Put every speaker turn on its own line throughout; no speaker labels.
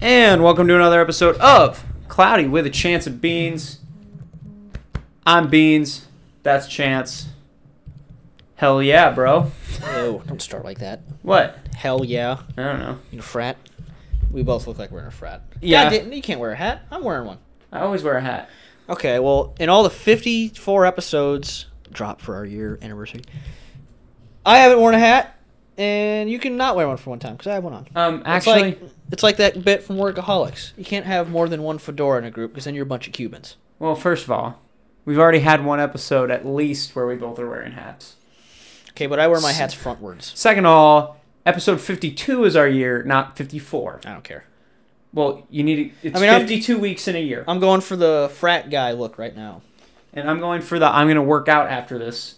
and welcome to another episode of Cloudy with a Chance of Beans. I'm Beans. That's Chance. Hell yeah, bro.
Ew, Oh, don't start like that.
What?
Hell yeah,
I don't know.
in a frat. We both look like we're in a frat.
Yeah.
God damn, you can't wear a hat. I'm wearing one.
I always wear a hat.
Okay, well, in all the 54 episodes dropped for our year anniversary, I haven't worn a hat, and you can not wear one for one time because I have one on.
Um,
It's
actually,
like, it's like that bit from Workaholics. You can't have more than one fedora in a group because then you're a bunch of Cubans.
well, first of all, we've already had one episode at least where we both are wearing hats.
Okay, but I wear my hats frontwards.
Second of all, episode 52 is our year, not 54.
I don't care.
Well, you need it's
I mean, I'm-
52 weeks in a year.
I'm going for the frat guy look right now.
and I'm going for the I'm going to work out after this.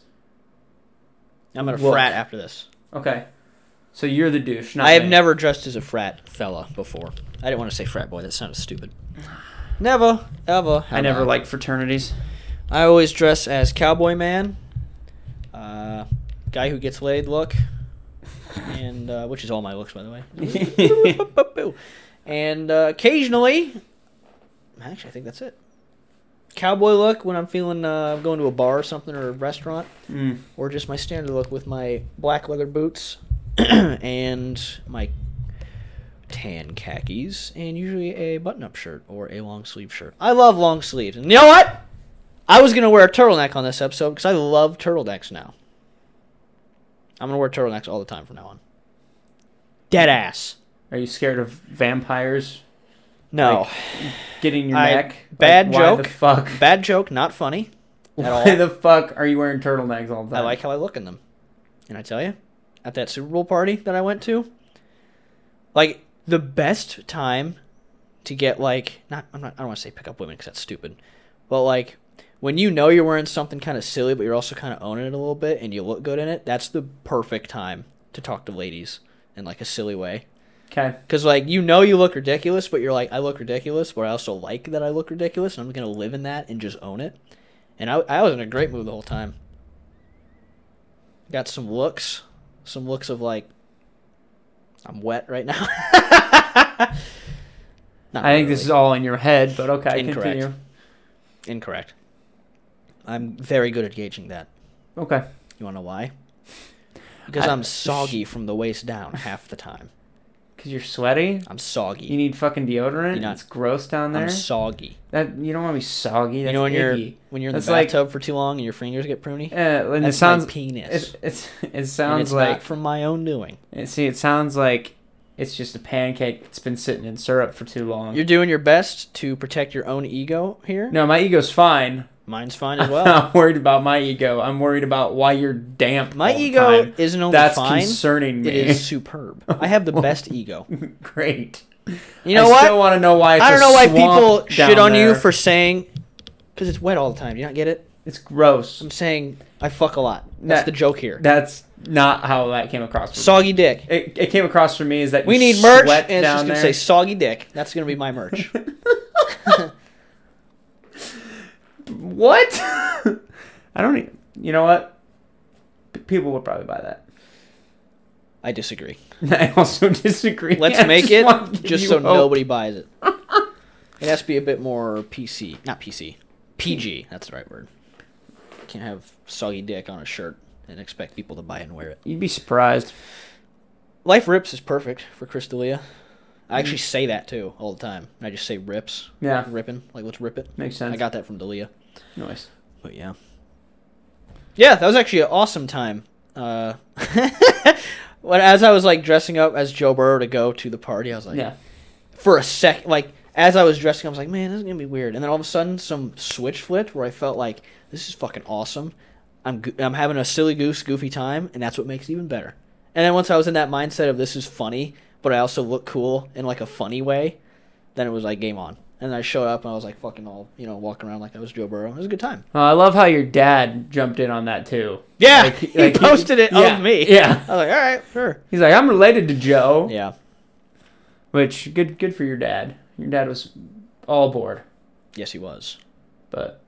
I'm in a
Look.
frat after this.
Okay. So you're the douche. Not
I have
me.
never dressed as a frat fella before. I didn't want to say frat boy. That sounded stupid. Never, ever.
I
have
never liked fraternities.
I always dress as cowboy man, uh, guy who gets laid look, and uh, which is all my looks by the way. and uh, occasionally, actually, I think that's it. Cowboy look when I'm feeling uh, going to a bar or something or a restaurant
Mm.
or just my standard look with my black leather boots and my tan khakis and usually a button-up shirt or a long sleeve shirt. I love long sleeves. And you know what? I was going to wear a turtleneck on this episode because I love turtlenecks now. I'm going to wear turtlenecks all the time from now on. Dead ass.
Are you scared of vampires
No.
getting your
I-
neck?
bad
Like, why the
joke.
fuck?
Bad joke, not funny. at
Why
all.
the fuck are you wearing turtlenecks all the
I
time?
like how I look in them. And I tell you, at that Super Bowl party that I went to, like the best time to get like not I'm not I don't want to say pick up women because that's stupid, but like when you know you're wearing something kind of silly but you're also kind of owning it a little bit and you look good in it, that's the perfect time to talk to ladies in like a silly way.
Okay.
Cause like you know you look ridiculous, but you're like I look ridiculous, but I also like that I look ridiculous, and I'm gonna live in that and just own it. And I, I was in a great mood the whole time. Got some looks, some looks of like I'm wet right now. Not
I think this is
really.
all in your head, but okay,
Incorrect.
continue.
incorrect. I'm very good at gauging that.
Okay.
You wanna know why? Because
I-
I'm soggy from the waist down half the time.
Cuz you're sweaty.
I'm
You
soggy.
need fucking deodorant.
You're not-
it's gross down there.
I'm soggy.
that you don't want to be soggy. That's
you know when
icky.
you're when you're in
That's
the
like-
bathtub for too long and your fingers get pruny.
Uh, and it
That's
sounds
my penis.
it, it's, it
and
sounds
it's
like
not from my own doing.
It- See, it sounds like it's just a pancake that's been sitting in syrup for too long.
You're doing your best to protect your own ego here.
no, my ego's fine.
Mine's fine as
I'm
well.
not worried about my ego. I'm worried about why you're damp.
my
all the
ego
time.
isn't only
that's
fine.
concerning
It
me.
is superb. I have the best ego.
Great.
You know
I
what?
Still want to know why? It's
I
a
don't know why people
swamp
shit
down
on you
there.
for saying because it's wet all the time. You not get it?
It's gross.
I'm saying I fuck a lot. That's
That-
the joke here.
That's not how that came across. For me.
soggy dick.
It, it came across for me is that
We
you
need merch,
sweat
and it's just
down
gonna
there.
say soggy dick. That's gonna be my merch.
what? I don't. e- You know what? P- people would probably buy that.
I disagree.
I also disagree.
Let's
I
make
just wanted to
it
give
just
you
so
hope.
nobody buys it. it has to be a bit more PC, not PC, PG. That's the right word. Can't have soggy dick on a shirt and expect people to buy it and wear it.
You'd be surprised.
Life rips is perfect for Chris D'Elia. I actually say that too all the time. I just say rips,
Mm. Yeah,
ripping, like let's rip it.
makes sense.
I got that from D'Elia.
noise.
But yeah. Yeah, that was actually an awesome time. Uh, when as I was like dressing up as Joe Burrow to go to the party, I was like,
yeah,
for a sec, like as I was dressing, I was like, man, this is gonna be weird. And then all of a sudden, some switch flipped where I felt like this is fucking awesome. I'm go- I'm having a silly goose goofy time, and that's what makes it even better. And then once I was in that mindset of this is funny, but I also look cool in like a funny way, then it was like game on. And I showed up and I was like fucking all you know walking around like I was Joe Burrow. It was a good time.
Uh, I love how your dad jumped in on that too.
Yeah,
Like-
he
like
posted it
yeah,
of me.
Yeah,
I was like, all right, sure.
he's like, I'm related to Joe,
Yeah,
which good, good for your dad. Your dad was all bored,
yes, he was.
but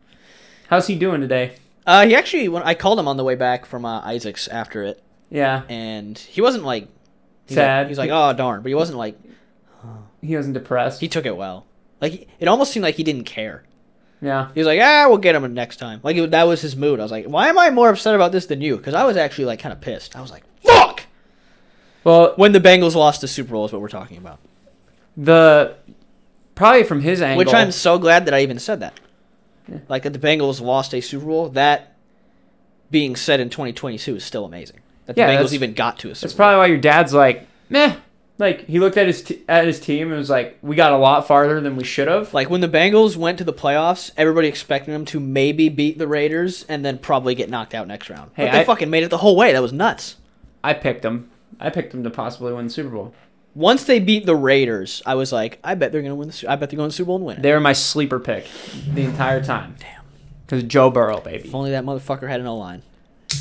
how's he doing today?
Uh, he actually when I called him on the way back from uh, Isaac's after it,
Yeah,
and he wasn't like he's
Sad.
Like, he's like, oh darn, but he wasn't like,
he wasn't depressed.
He took it well. Like it almost seemed like he didn't care.
yeah.
He was like, ah, we'll get him next time. Like it, that was his mood. I was like, why am I more upset about this than you? Because I was actually like kind of pissed. I was like, fuck.
Well,
When the Bengals lost the Super Bowl is what we're talking about.
the probably from his angle,
Which I'm so glad that I even said that.
Yeah.
Like that the Bengals lost a Super Bowl. That being said in 2022 is still amazing. That the
Yeah,
Bengals
that's-
even got to a Super
that's probably why your dad's like, meh. Like he looked at his t- at his team and was like, we got a lot farther than we should have.
Like when the Bengals went to the playoffs, everybody expected them to maybe beat the Raiders and then probably get knocked out next round.
Hey,
but they
I-
fucking made it the whole way. That was nuts.
I picked them. I picked them to possibly win the Super Bowl.
Once they beat the Raiders, I was like, I bet they're gonna win the. Su- I bet they're going to the Super Bowl and win. It.
They were my sleeper pick the entire time. Damn. Because Joe Burrow, baby.
If only that motherfucker had an O line.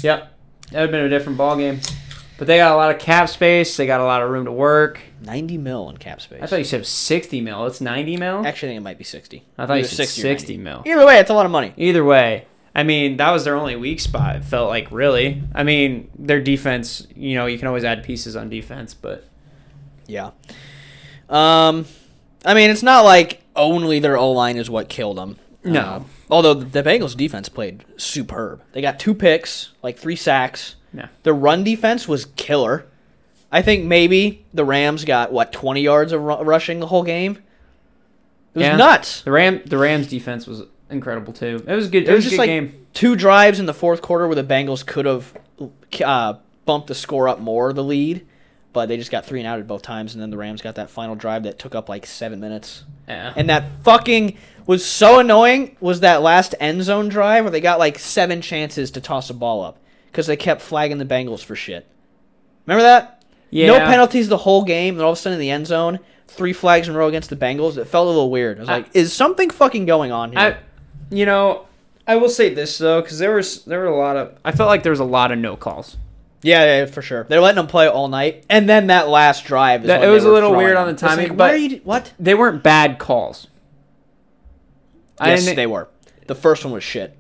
Yep. That would have been a different ballgame. But they got a lot of cap space. They got a lot of room to work.
Ninety mil in cap space.
I thought you said 60 mil. It's 90 mil?
Actually, I think it might be sixty.
I thought you
Either
said
60 or
60 mil.
90. Either way, it's a lot of money.
Either way, I mean, that was their only weak spot, it felt like, really. I mean, their defense, you know, you can always add pieces on defense, but
Yeah. Um, I mean, it's not like only their O line is what killed them.
No.
although the Bengals defense played superb. They got two picks, like three sacks.
yeah.
The run defense was killer. I think maybe the Rams got what twenty yards of ru- rushing the whole game. It was
Yeah.
nuts.
The Ram the Rams defense was incredible too. It was a good. It,
It
was,
was
a
just
good
like
game.
two drives in the fourth quarter where the Bengals could have uh, bumped the score up more, the lead, but they just got three and out at both times, and then the Rams got that final drive that took up like seven minutes.
Yeah.
And that fucking was so annoying was that last end zone drive where they got like seven chances to toss a ball up because they kept flagging the Bengals for shit. Remember that?
yeah.
No penalties the whole game, and all of a sudden in the end zone, three flags in a row against the Bengals. It felt a little weird. I was
I-
like, is something fucking going on here?
I, you know, I will say this though, because there was there were a lot of. I felt like there was a lot of no calls.
Yeah, yeah, yeah, for sure. They're letting them play all night, and then that last drive. Is
That-
when
it
they
was a
were
little
throwing
weird
them.
on the
It's like,
timing,
why
but-
are you, what?
They weren't bad calls. I
Yes,
didn't-
they were. The first one was shit.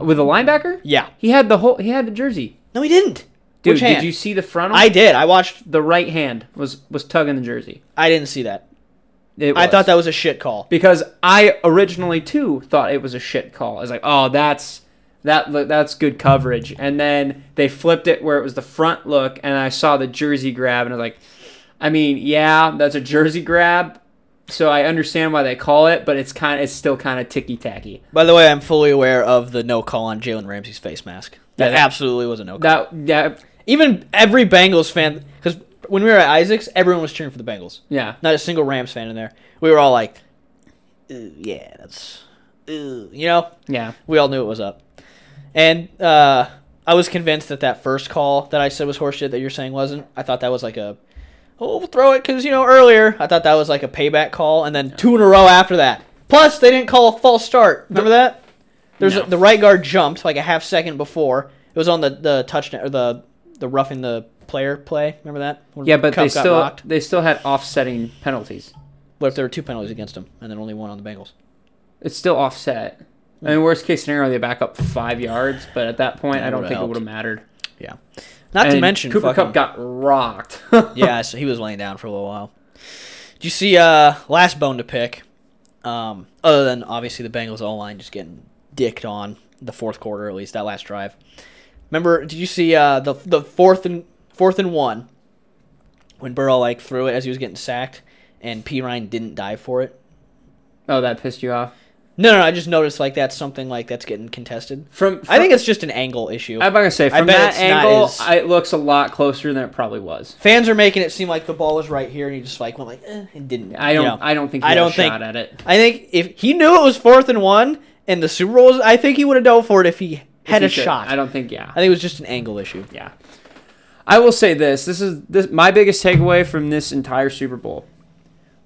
with a linebacker.
Yeah.
He had the whole. He had the jersey.
No, he didn't.
Dude,
Which
did
hand?
you see the front?
I did. I watched.
the right hand was was tugging the jersey.
I didn't see that.
It
I
was.
thought that was a shit call.
because I originally too thought it was a shit call. I was like, oh, that's that lo- that's good coverage. And then they flipped it where it was the front look, and I saw the jersey grab, and I was like, I mean, yeah, that's a jersey grab. So I understand why they call it, but it's kind it's still kind of ticky tacky.
By the way, I'm fully aware of the no call on Jalen Ramsey's face mask. That
Yeah, that-
absolutely was a no call.
That that
Even every Bengals fan, because when we were at Isaac's, everyone was cheering for the Bengals.
yeah.
Not a single Rams fan in there. We were all like, "Ooh, "Yeah, that's, ooh," you know."
Yeah.
we all knew it was up. And uh, I was convinced that that first call that I said was horseshit that you're saying wasn't. I thought that was like a, oh, we'll throw it because you know earlier I thought that was like a payback call, and then two in a row after that. Plus, they didn't call a false start. Remember that? There's
No.
a, the right guard jumped like a half second before it was on the the touchdown or the the roughing the player play. Remember that? When
Yeah, but
Cup
they
got
still
rocked?
they still had offsetting penalties.
What if there were two penalties against him and then only one on the Bengals?
It's still offset. I mean, worst case scenario, they back up five yards, but at that point, I don't
Would've
think it
helped.
would have mattered.
Yeah. Not to
And
mention
Cooper
fucking-
Cup got rocked.
yeah, so he was laying down for a little while. Do you see uh last bone to pick? Um, other than obviously the Bengals O line just getting dicked on the fourth quarter, at least that last drive. Remember, did you see uh the the fourth and fourth and one when Burrow like threw it as he was getting sacked and P Ryan didn't dive for it?
Oh, that pissed you off.
No, no, I just noticed like that's something like that's getting contested.
From,
I think it's just an angle issue.
I'm gonna say
I
from
bet
that
it's not
angle,
as-
I- it looks a lot closer than it probably was.
Fans are making it seem like the ball was right here, and he just like went like eh, and didn't.
I
you
don't.
know.
I don't think. He
I
had a
don't think-
shot at it.
I think if he knew it was fourth and one and the Super Bowl was, I think he would have dove for it if he had
If
a
he could.
shot.
I don't think. Yeah.
I think it was just an angle issue.
yeah. I will say this. This is this. My biggest takeaway from this entire Super Bowl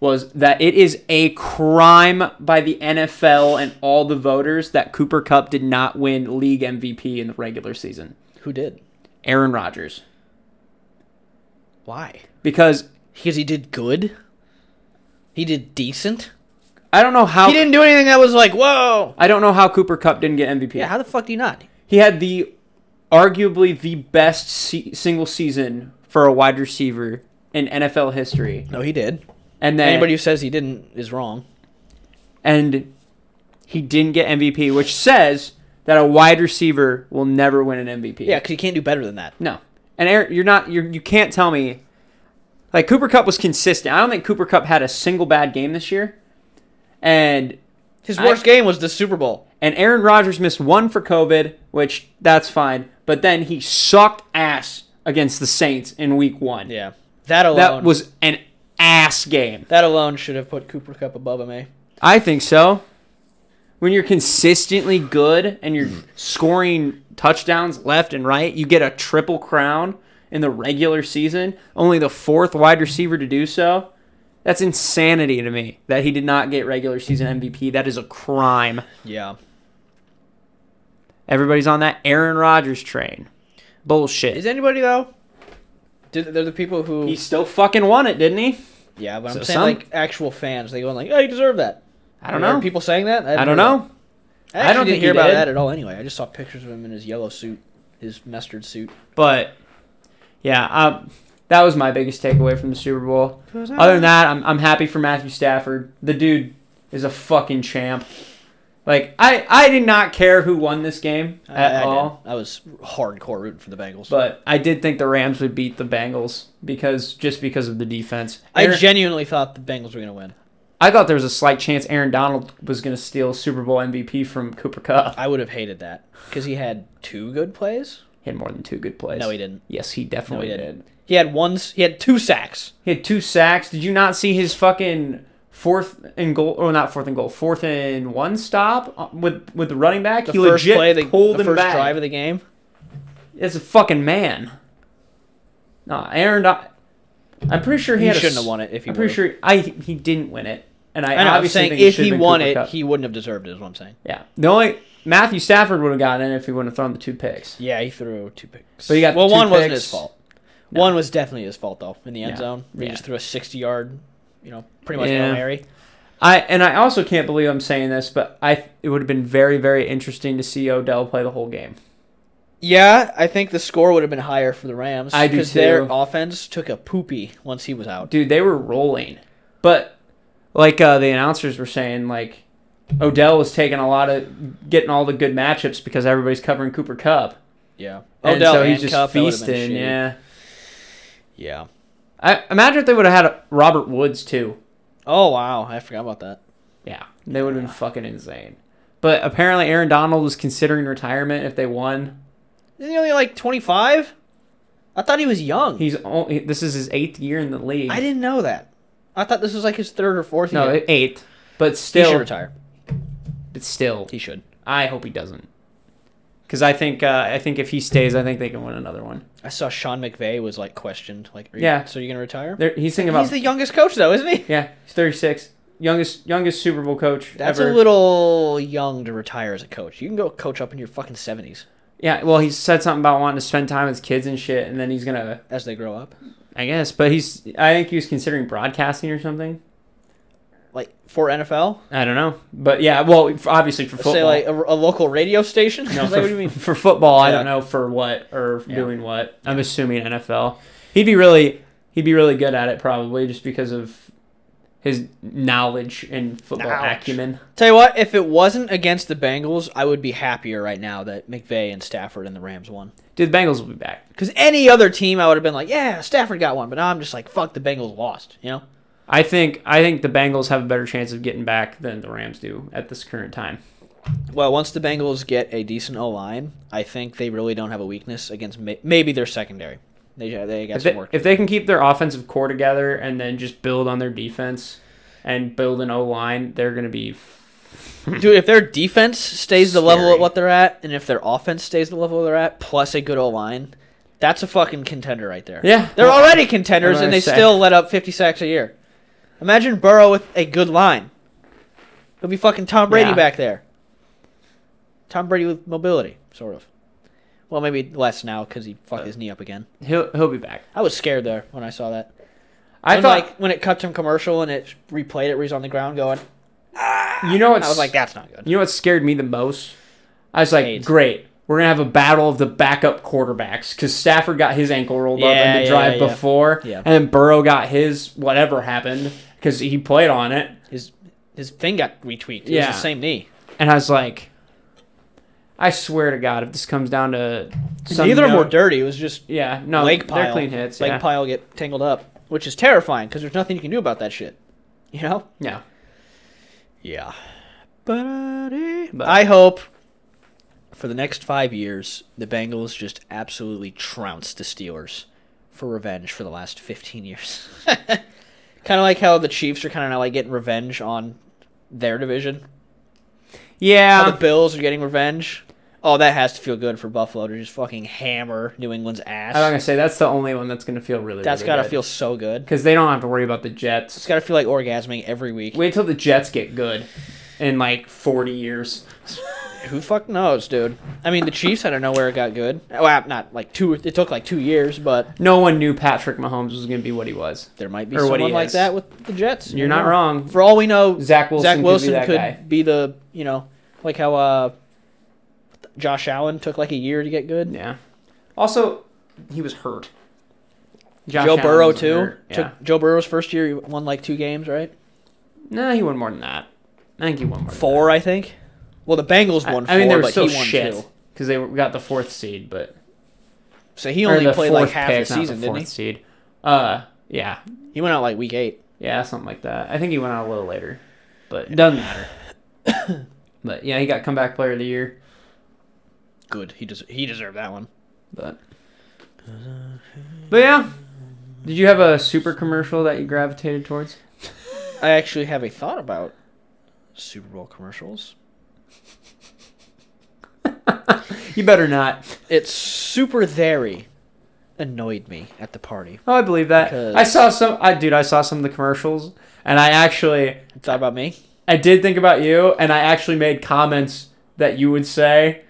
was that it is a crime by the NFL and all the voters that Cooper Cup did not win league MVP in the regular season.
Who did?
Aaron Rodgers,
Why?
because
Because he did good. He did decent.
I don't know how.
He didn't do anything that was like, whoa.
I don't know how Cooper Cup didn't get MVP.
Yeah, how the fuck do you not?
He had the arguably the best se- single season for a wide receiver in NFL history.
No, he did.
And then
Anybody who says he didn't is wrong.
and he didn't get MVP, which says that a wide receiver will never win an MVP.
Yeah, because you can't do better than that.
No. And Aaron, you're not you're, you can't tell me like Cooper Cup was consistent. I don't think Cooper Cup had a single bad game this year. And
His
I-
worst game was the Super Bowl.
and Aaron Rodgers missed one for COVID, which that's fine. But then he sucked ass against the Saints in Week One.
Yeah, that alone.
that was an ass game.
that alone should have put Cooper Cup above him. Eh?
I think so. When you're consistently good and you're
Mm-hmm.
scoring touchdowns left and right, you get a triple crown in the regular season, only the fourth wide receiver to do so. That's insanity to me that he did not get regular season MVP. That is a crime.
Yeah.
Everybody's on that Aaron Rodgers train. Bullshit.
Is anybody though? Did they're the people who?
he still fucking won it, didn't he?
yeah, but I'm
so
saying
some-
like actual fans. They going like, "Oh, you deserve that."
I don't
Are
know.
people saying that?
I
haven't
don't
heard
know.
that. I,
I don't
don't didn't
think
hear
he
about
did.
that at all. Anyway, I just saw pictures of him in his yellow suit, his mustard suit.
But yeah, um, that was my biggest takeaway from the Super Bowl. Other than that, I'm, I'm happy for Matthew Stafford. The dude is a fucking champ. Like I, I did not care who won this game
I-
at
I, did.
all,
I was hardcore rooting for the Bengals.
but I did think the Rams would beat the Bengals because just because of the defense.
I
Aaron-
genuinely thought the Bengals were going to win.
I thought there was a slight chance Aaron Donald was going to steal Super Bowl MVP from Cooper Cup.
I would have hated that because he had two good plays.
He had more than two good plays.
No, he didn't.
Yes, he
No,
definitely
he
did.
didn't. He had one. s- He had two sacks.
He had two sacks. Did you not see his fucking fourth and goal? Or not fourth and goal. Fourth and one stop uh, with with the running back.
The
he
first
legit
play, the,
pulled
the
him
first
back.
drive of the game.
It's a fucking man. No, Aaron. Don- I'm pretty sure he,
He
had a
shouldn't
s-
have won it if he
I'm pretty
would've.
sure I he didn't win it, and I,
I know. I'm
obviously
saying
think it
if
should've
he
been
won
Cooper
it,
Kupp.
he wouldn't have deserved it. Is what I'm saying.
yeah. The only Matthew Stafford would have gotten it if he wouldn't have thrown the two picks.
Yeah, he threw two picks.
But he got
well,
two
one wasn't
picks.
his fault.
No.
One was definitely his fault though. In the end
Yeah.
zone, he
Yeah.
just threw a 60 yard, you know, pretty much
Yeah.
hail mary.
I and I also can't believe I'm saying this, but I it would have been very very interesting to see Odell play the whole game.
Yeah, I think the score would have been higher for the Rams
I do
their
too.
offense took a poopy once he was out.
dude, they were rolling. But like uh, the announcers were saying, like Odell was taking a lot of getting all the good matchups because everybody's covering Cooper Cup.
Yeah,
And so he's just
Cup, that would have been
feasting.
shitty.
Yeah,
yeah.
I imagine if they would have had a- Robert Woods too.
Oh wow, I forgot about that.
Yeah, they would have been fucking insane. But apparently, Aaron Donald was considering retirement if they won.
Isn't he only like 25? I thought he was young.
He's only this is his eighth year in the league.
I didn't know that. I thought this was like his third or fourth
no
year.
eighth, but
he should
still,
retire.
but still,
He should.
I hope he doesn't. Because I think uh, I think if he stays, I think they can win another one.
I saw Sean McVay was like questioned, like, are you,
Yeah.
so you're gonna retire?
There, he's thinking about
He's the youngest coach though, isn't he?
Yeah, he's 36. Youngest youngest Super Bowl coach
That's
ever.
a little young to retire as a coach. You can go coach up in your fucking seventies
yeah, well, he said something about wanting to spend time with his kids and shit, and then he's gonna,
as they grow up,
I guess. But he's, I think he was considering broadcasting or something.
like for NFL.
I don't know, but yeah, well, f- obviously for football.
Say like a, a local radio station.
no,
Like,
for,
what do you mean?
for football, I
Yeah.
don't know for what or
Yeah.
doing what. I'm assuming NFL. He'd be really, he'd be really good at it probably just because of his knowledge and football
Knowledge.
acumen.
Tell you what, if it wasn't against the Bengals, I would be happier right now that McVay and Stafford and the Rams won.
Dude, the Bengals will be back.
Because any other team, I would have been like, yeah, Stafford got one, but now I'm just like, fuck, the Bengals lost. You know?
I think I think the Bengals have a better chance of getting back than the Rams do at this current time.
Well, once the Bengals get a decent O line, I think they really don't have a weakness against may- maybe their secondary. They they got
If
some
they,
work.
if they can keep their offensive core together and then just build on their defense and build an O line, they're going to be.
Dude, if their defense stays the level
Scary.
at what they're at, and if their offense stays the level they're at, plus a good O line, that's a fucking contender right there.
Yeah.
They're already contenders,
What do
and
I
they
say?
still let up 50 sacks a year. Imagine Burrow with a good line. It'll be fucking Tom Brady
Yeah.
back there. Tom Brady with mobility, sort of. Well, maybe less now because he
Uh.
fucked his knee up again.
He'll he'll be back.
I was scared there when I saw that.
I
When,
thought
like when it cut to him commercial and it replayed it where he's on the ground going.
you know what
I was like, that's not good.
you know what scared me the most. I was like,
AIDS.
great, we're gonna have a battle of the backup quarterbacks because Stafford got his ankle rolled up
Yeah,
in the
yeah,
drive
yeah, yeah.
before,
Yeah.
and then Burrow got his whatever happened, because he played on it,
His his thing got retweaked. It
Yeah.
was the same knee.
and I was like, I swear to God, if this comes down to some
Neither of them
no-
were dirty. It was just
yeah, no,
leg pile.
they're clean hits,
Leg
yeah,
pile get tangled up, which is terrifying because there's nothing you can do about that shit. You know.
yeah.
Yeah.
But-
I hope for the next five years the Bengals just absolutely trounce the Steelers for revenge for the last fifteen years. kind of like how the Chiefs are kind of now like getting revenge on their division. How the
Yeah,
Bills are getting revenge. Oh, that has to feel good for Buffalo to just fucking hammer New England's ass.
I'm gonna say that's the only one that's gonna feel really.
That's
really
gotta
good.
feel so good.
because they don't have to worry about the Jets.
It's gotta feel like orgasming every week.
Wait till the Jets get good in like 40 years.
Who fuck knows, dude? I mean, the Chiefs out of nowhere got good. Oh, Well, not like two. It took like two years, but
No one knew Patrick Mahomes was going to be what he was.
there might be
Or what
someone
he
like
is.
that with the Jets.
You're not wrong.
For all we know, Zach
Zach
Wilson,
Wilson, could be that
could,
guy.
be the you know like how uh Josh Allen took like a year to get good.
Yeah. Also, he was hurt. Josh
Joe
Allen
Burrow
was
too.
hurt, Yeah.
Took Joe Burrow's first year, he won like two games, right?
No, he won more than that. I think he won more.
Four, I think. Well, the Bengals
Than that.
won
I,
four,
I mean, they were
but
still
he won
shit
two.
because they were- got the fourth seed, but
So he
or
only
the
played like
fourth
half
pick,
the
not
season,
the fourth
didn't
seed. Uh, yeah,
he? He went out like week eight.
yeah, something like that. I think he went out a little later, but it doesn't matter. but yeah, he got comeback player of the year.
Good. He des- he deserved that one.
But but yeah, did you have a super commercial that you gravitated towards?
I actually have a thought about Super Bowl commercials.
You better not.
It's super theory annoyed me at the party.
Oh, I believe that.
Because-
I saw some. I dude, I saw some of the commercials, and I actually,
Thought about me?
I did think about you, and I actually made comments that you would say,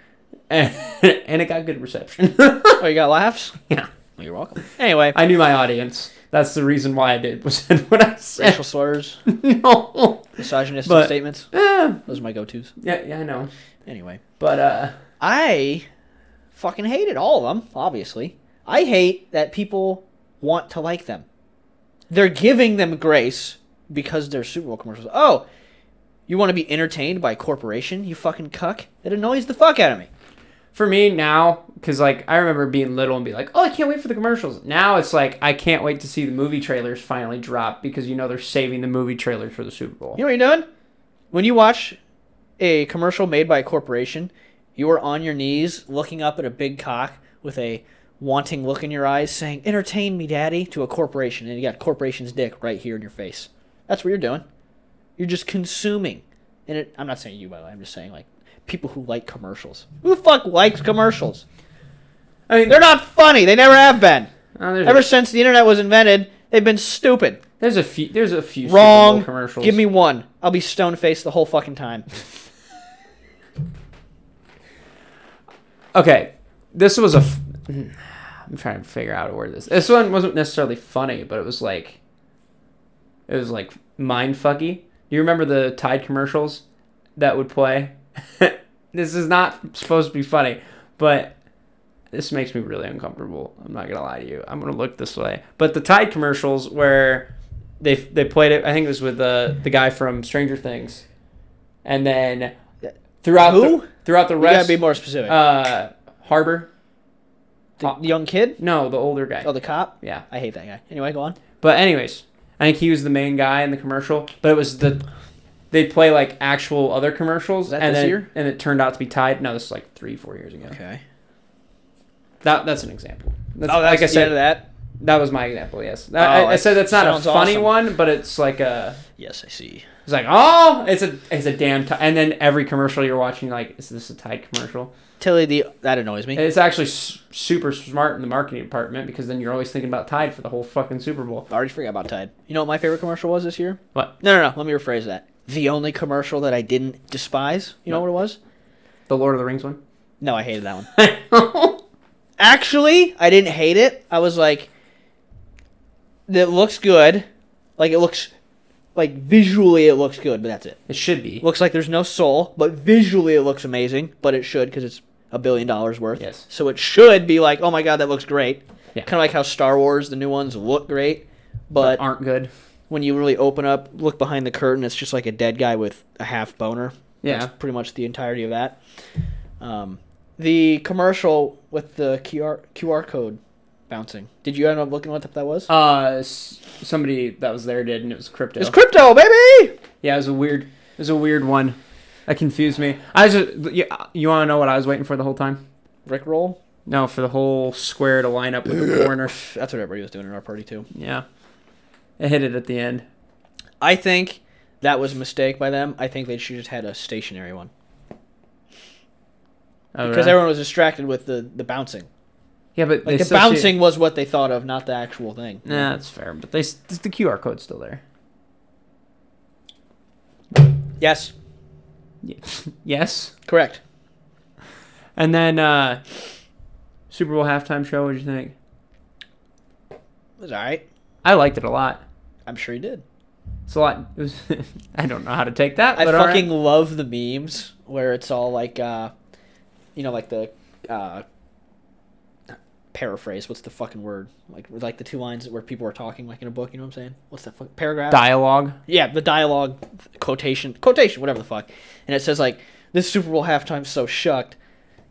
and and it got good reception.
Oh, you got laughs?
yeah,
Well, you're welcome. Anyway,
I knew my audience. That's the reason why I did was said what I said.
racial slurs,
no.
misogynistic
But-
statements.
Eh,
Those are my go-tos.
yeah, yeah, I know.
Anyway,
But uh,
I fucking hated all of them, obviously. I hate that people want to like them. They're giving them grace because they're Super Bowl commercials. Oh, you want to be entertained by a corporation, you fucking cuck? That annoys the fuck out of me.
for me now, because like I remember being little and be like, oh, I can't wait for the commercials. Now it's like I can't wait to see the movie trailers finally drop because you know they're saving the movie trailers for the Super Bowl.
You know what you're doing? When you watch a commercial made by a corporation, you are on your knees looking up at a big cock with a wanting look in your eyes saying, Entertain me, daddy, to a corporation. And you got corporation's dick right here in your face. That's what you're doing. You're just consuming. And it, I'm not saying you, by the way. I'm just saying, like, people who like commercials. Who the fuck likes commercials?
I mean,
They're not funny. They never have been.
uh, there's,
Ever
a,
since the internet was invented, they've been stupid.
there's a few. There's a few Super Bowl
Wrong.
commercials.
Give me one. I'll be stone faced the whole fucking time.
Okay, this was a. F- I'm trying to figure out a word. This this one wasn't necessarily funny, but it was like. It was like mind fucky. You remember the Tide commercials that would play? this is not supposed to be funny, but this makes me really uncomfortable. I'm not gonna lie to you. I'm gonna look this way. But the Tide commercials where they they played it. I think it was with the the guy from Stranger Things, and then throughout
Who?
the, throughout the
We gotta
rest
be more specific.
uh Harbor.
the, the young kid?
No, the older guy.
Oh, the cop?
yeah.
I hate that guy. Anyway, go on.
But anyways, I think he was the main guy in the commercial. But it was the they play like actual other commercials.
Was that
and
this
then,
year?
And it turned out to be tied. No, this is like three, four years ago.
Okay.
That that's an example. That's,
oh,
like I said, that.
that.
was my example. Yes, I, I- I
that
said that's not a
sounds
funny
awesome.
one, but it's like a
Yes, I see.
it's like oh, it's a it's a damn. Tide. And then every commercial you're watching, you're like, is this a Tide commercial?
Tilly, the that annoys me.
And it's actually s- super smart in the marketing department because then you're always thinking about Tide for the whole fucking Super Bowl.
I already forgot about Tide. You know what my favorite commercial was this year?
What?
No, no, no. Let me rephrase that. The only commercial that I didn't despise. You know
No.
what it was?
The Lord of the Rings one?
No, I hated that one. Actually, I didn't hate it. I was like, it looks good. Like it looks, like visually it looks good, but that's it.
it should be.
Looks like there's no soul, but visually it looks amazing. But it should because it's a billion dollars worth.
Yes.
So it should be like, oh my god, that looks great.
Yeah.
Kind of like how Star Wars, the new ones look great, but
aren't good.
when you really open up, look behind the curtain, it's just like a dead guy with a half boner.
Yeah.
That's pretty much the entirety of that. Um, the commercial with the QR QR code bouncing. Did you end up looking what that was?
Uh, s- somebody that was there did, and it was crypto.
it's crypto, baby.
yeah, it was a weird, it was a weird one. That confused me. I was just, you, you want to know what I was waiting for the whole time?
Rick roll.
No, for the whole square to line up with the corner.
That's what everybody was doing in our party too.
Yeah, it hit it at the end.
I think that was a mistake by them. I think they should have had a stationary one
Oh,
because
really?
everyone was distracted with the the bouncing.
yeah, but they
Like the
still see-
bouncing was what they thought of, not the actual thing.
Nah, that's fair. But they s- the QR code's still there.
Yes,
Ye- yes.
correct.
And then uh Super Bowl halftime show. What'd you think?
It was all right.
I liked it a lot.
I'm sure he did.
It's a lot. It was. I don't know how to take that.
I
but all right.
fucking love the memes where it's all like, uh, you know, like the uh, paraphrase. What's the fucking word? Like, like the two lines where people are talking, like in a book. You know what I'm saying? What's the fuck paragraph?
dialogue.
yeah, the dialogue quotation, quotation, whatever the fuck. And it says like, "This Super Bowl halftime so shucked."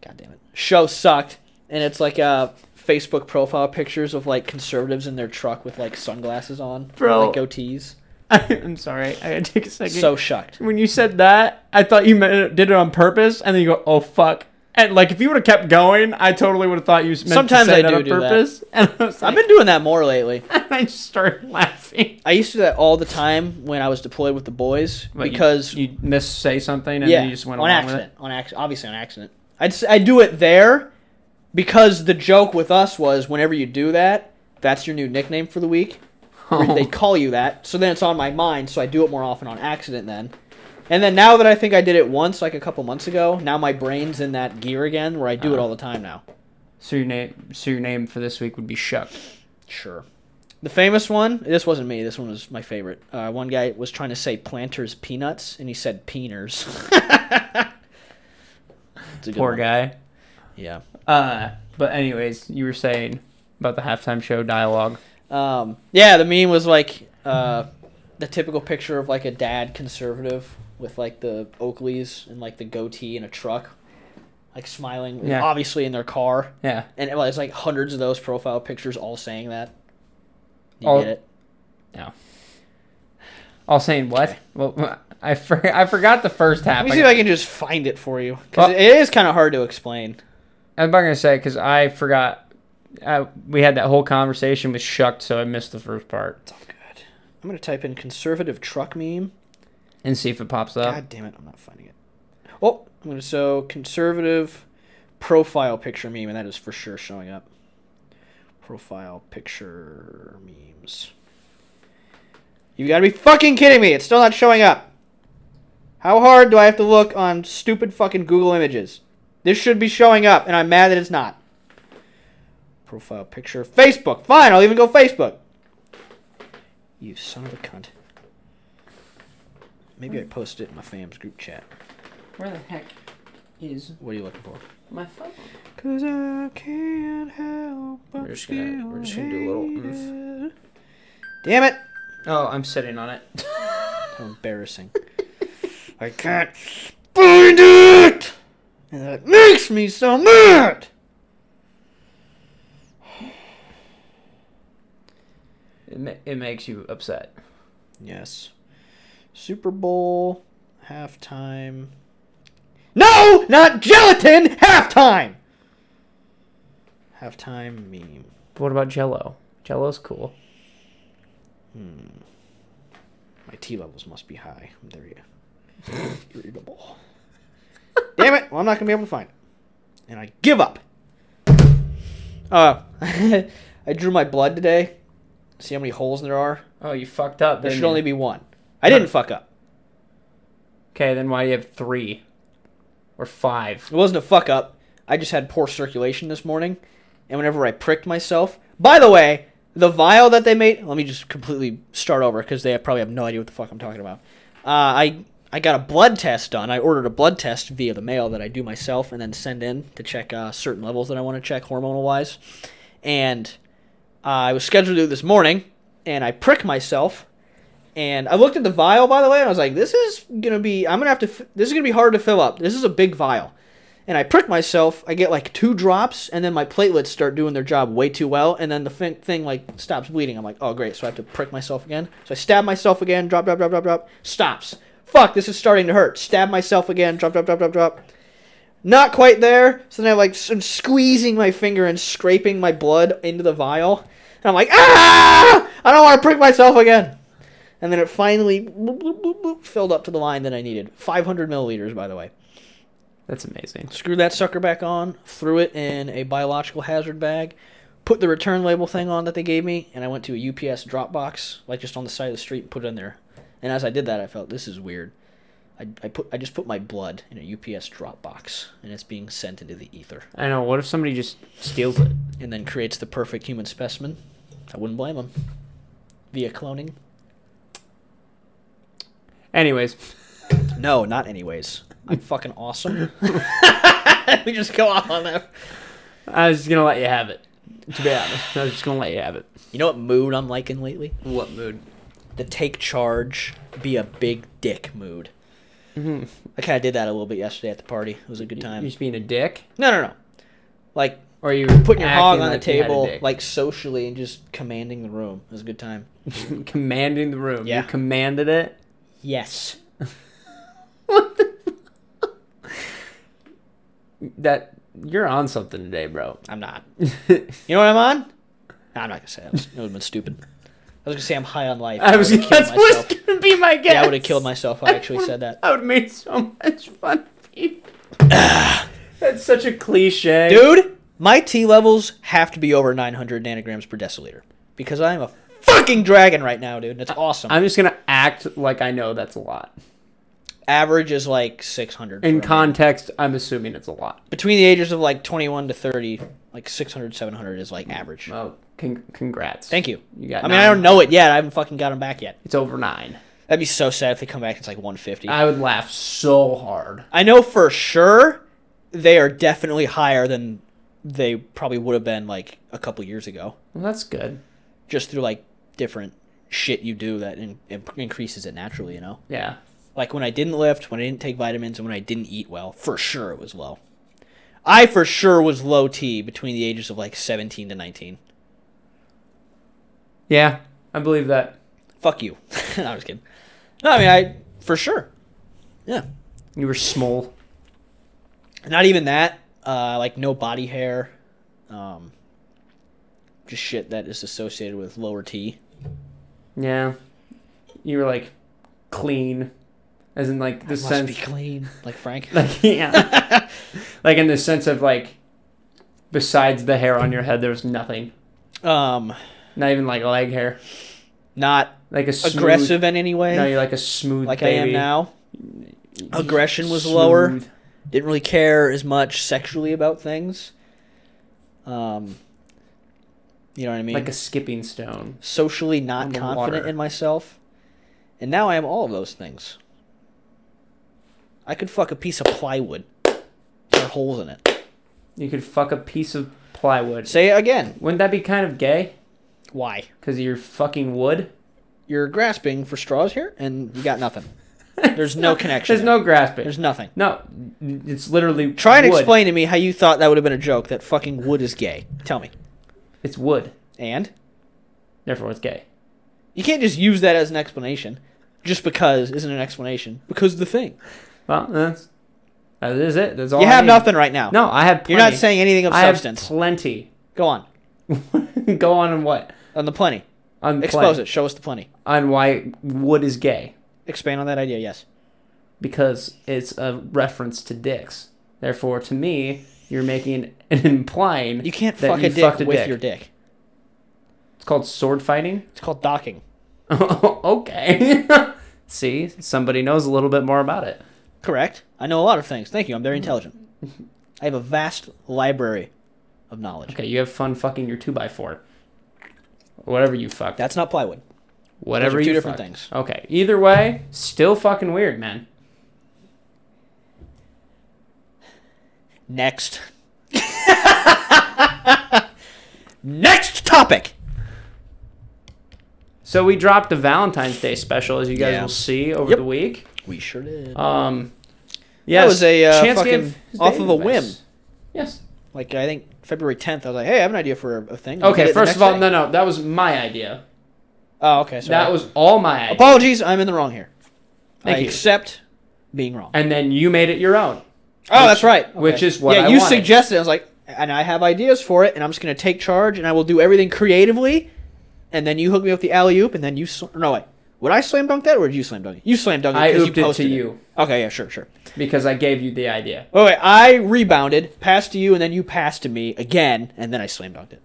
God damn it, show sucked. And it's like uh, Facebook profile pictures of like conservatives in their truck with like sunglasses on,
Bro.
like goatees.
I'm sorry. I had to take a second.
So shucked.
when you said that, I thought you meant it, did it on purpose, and then you go, "Oh fuck." And like if you would have kept going, I totally would have thought you meant
Sometimes
to say
I
that
do
on
do that.
purpose. And I was
I've
like,
been doing that more lately.
I just started laughing.
I used to do that all the time when I was deployed with the boys because
you, you miss say something and
yeah,
you just went
on
along
accident, on accident, obviously on accident. I'd s- I do it there because the joke with us was whenever you do that, that's your new nickname for the week. Or
with it.
They call you that, so then it's on my mind. So I do it more often on accident then. And then now that I think I did it once, like a couple months ago, now my brain's in that gear again where I do it
Uh-huh.
all the time now.
So your name, so your name for this week would be Shuck.
Sure. The famous one, this wasn't me, this one was my favorite. Uh, one guy was trying to say planters peanuts, and he said peeners. It's a good
Poor
one.
guy.
Yeah.
Uh, but anyways, you were saying about the halftime show dialogue.
Um, yeah, the meme was like uh, the typical picture of like a dad conservative with like the Oakleys and like the goatee and a truck, like smiling,
Yeah.
obviously in their car.
Yeah.
And it was like hundreds of those profile pictures all saying that. You
All-
get it?
All saying what? Well, I for, I forgot the first half.
Let me
I
see
got-
if I can just find it for you. Because
Well-
it is kind of hard to explain.
I'm not gonna say because I forgot. Uh, we had that whole conversation with Shucked, so I missed the first part.
Good. I'm gonna type in conservative truck meme.
And see if it pops up.
God damn it, I'm not finding it. Oh, I'm gonna so conservative profile picture meme, and that is for sure showing up. Profile picture memes. You gotta be fucking kidding me! It's still not showing up. How hard do I have to look on stupid fucking Google Images? This should be showing up, and I'm mad that it's not. Profile picture. Facebook. Fine, I'll even go Facebook. You son of a cunt. Maybe I posted it in my fam's group chat.
Where the heck is
What are you looking for?
my phone?
Cause I can't help but
We're just gonna- we're just gonna do a little oomph.
oomph. Damn it!
Oh, I'm sitting on it.
How embarrassing. I can't find it! And that makes me so mad!
It, ma- it makes you upset.
Yes. Super Bowl halftime. No, not gelatin halftime. Halftime meme.
But what about Jello? Jello's cool.
Hmm. My T levels must be high. There you irritable. Damn it! Well, I'm not gonna be able to find it, and I give up. Uh, I drew my blood today. See how many holes there are.
Oh, you fucked up.
There
didn't
should
you?
only be one. I didn't fuck up.
Okay, then why do you have three or five?
It wasn't a fuck up. I just had poor circulation this morning, and whenever I pricked myself. By the way, the vial that they made. Let me just completely start over because they probably have no idea what the fuck I'm talking about. Uh, I I got a blood test done. I ordered a blood test via the mail that I do myself and then send in to check uh, certain levels that I want to check hormonal wise. And uh, I was scheduled to do it this morning, and I prick myself, And I looked at the vial, by the way, and I was like, "This is gonna be. I'm gonna have to. f- This is gonna be hard to fill up. This is a big vial." And I prick myself. I get like two drops, and then my platelets start doing their job way too well, and then the fin- thing like stops bleeding. I'm like, "Oh great!" So I have to prick myself again. So I stab myself again. Drop, drop, drop, drop, drop. Stops. Fuck! This is starting to hurt. Stab myself again. Drop, drop, drop, drop, drop not quite there. So then I like s- I'm squeezing my finger and scraping my blood into the vial, and I'm like, ah! I don't want to prick myself again. And then it finally boop, boop, boop, boop, filled up to the line that I needed. 500 milliliters, by the way.
That's amazing.
Screw that sucker back on. Threw it in a biological hazard bag. Put the return label thing on that they gave me, and I went to a UPS drop box, like just on the side of the street, and put it in there. And as I did that, I felt this is weird. I, I put I just put my blood in a UPS drop box, and it's being sent into the ether,
I know. What if somebody just steals it?
and then creates the perfect human specimen. I wouldn't blame them. Via cloning?
Anyways,
No, not anyways. I'm fucking awesome. we just go off on that.
I was just gonna let you have it.
To be honest.
I was just gonna let you have it.
You know what mood I'm liking lately?
What mood?
the take charge, be a big dick mood.
Mhm.
I kind of did that a little bit yesterday at the party. It was a good
You
time.
just being a dick,
No, no, no. Like
or you
putting your hog
acting
on
like
the
you had a
table,
dick?
like socially, and just commanding the room. It was a good time.
commanding the room.
Yeah.
You commanded it.
Yes.
That you're on something today, bro.
I'm not. You know what I'm on? Nah, I'm not gonna say that. It would have been stupid. I was gonna say I'm high on life.
I was
would've
that's
myself.
what's gonna be my guess.
Yeah, I would have killed myself. if I actually said that.
I would have made so much fun. of you. that's such a cliche,
Dude, my T levels have to be over 900 nanograms per deciliter because I'm a fucking dragon right now, dude. And it's awesome.
I'm just gonna act like I know that's a lot.
average is like 600
In
for a man.
context, I'm assuming it's a lot.
between the ages of like 21 to 30 like 600 700 is like average
Oh, con- congrats.
thank you
You got.
i mean i don't
nine.
know it yet i haven't fucking got them back yet
It's over nine.
that'd be so sad if they come back and it's like 150
I would laugh so hard.
i know for sure they are definitely higher than they probably would have been like a couple years ago
Well, that's good.
just through like different shit you do that in- in- increases it naturally you know
Yeah.
like when I didn't lift, when I didn't take vitamins, and when I didn't eat well, for sure it was low. I for sure was low T between the ages of like 17 to 19.
Yeah, I believe that.
Fuck you. no, I was kidding. No, I mean, I for sure. Yeah.
You were small.
Not even that. Uh, like no body hair. Um, just shit that is associated with lower T.
Yeah. You were like clean, as in like the
Must
sense
be clean, like Frank.
like yeah, like in the sense of like, besides the hair on your head, there's nothing.
Um,
Not even like leg hair.
not
Like a smooth,
aggressive in any way,
No, you're like a smooth.
like I am
baby.
now. Aggression was lower.
Smooth.
didn't really care as much sexually about things. Um, you know what I mean?
Like a skipping stone.
Socially
on
not
the
confident
water.
in myself. And now I am all of those things. I could fuck a piece of plywood. There are holes in it.
You could fuck a piece of plywood.
Say it again.
Wouldn't that be kind of gay?
Why?
Because you're fucking wood.
You're grasping for straws here, and you got nothing. There's no connection.
There's no grasping.
There's nothing.
no, it's literally.
Try and
wood.
explain to me how you thought that would have been a joke that fucking wood is gay. Tell me.
It's wood.
And?
Therefore, it's gay.
You can't just use that as an explanation. Just because isn't an explanation. Because of the thing.
Well, that's that is it. That's all.
you
I
have
need.
nothing right now.
No, I have. Plenty.
You're not saying anything of
I
substance.
have plenty.
Go on.
Go on and what?
On the plenty.
On
Expose
plenty.
it. Show us the plenty.
On why wood is gay
Expand on that idea, yes.
because it's a reference to dicks. Therefore, to me, you're making and implying
You can't
that
fuck
you
a dick
fucked
with your dick.
It's called sword fighting.
It's called docking.
okay. See, somebody knows a little bit more about it.
Correct. I know a lot of things. Thank you. I'm
Mm-hmm.
very intelligent. I have a vast library of knowledge.
Okay, you have fun fucking your two by four. Whatever you fucked.
That's not plywood.
Whatever
Those are two
you
different
fucked.
things.
Okay. Either way, still fucking weird, man.
Next. Next topic.
So we dropped the Valentine's Day special, as you guys
Yeah.
will see over
Yep.
the week.
We sure did.
Um, yes,
was a, uh, fucking-
gave his
off
dating
of a whim.
advice. Yes.
like I think February 10th, I was like, hey, I have an idea for a, a thing. I did
Okay.
it the
First of
next
all,
day.
no, no, that was my idea.
Oh, okay. Sorry.
That was all my idea.
Apologies, I'm in the wrong here.
Thank
I
you.
accept being wrong.
and then you made it your own.
oh,
which-
that's right.
which is what
yeah.
I
you
wanted.
suggested. I was like, and I have ideas for it, and I'm just gonna take charge, and I will do everything creatively. And then you hook me up with the alley oop, and then you sl- no wait, would I slam dunk that, or did you slam dunk it? You slam dunk it.
I
'cause
ooped it to
posted
you.
Okay, yeah, sure, sure.
because I gave you the idea.
Oh wait, I rebounded, passed to you, and then you passed to me again, and then I slam dunked it.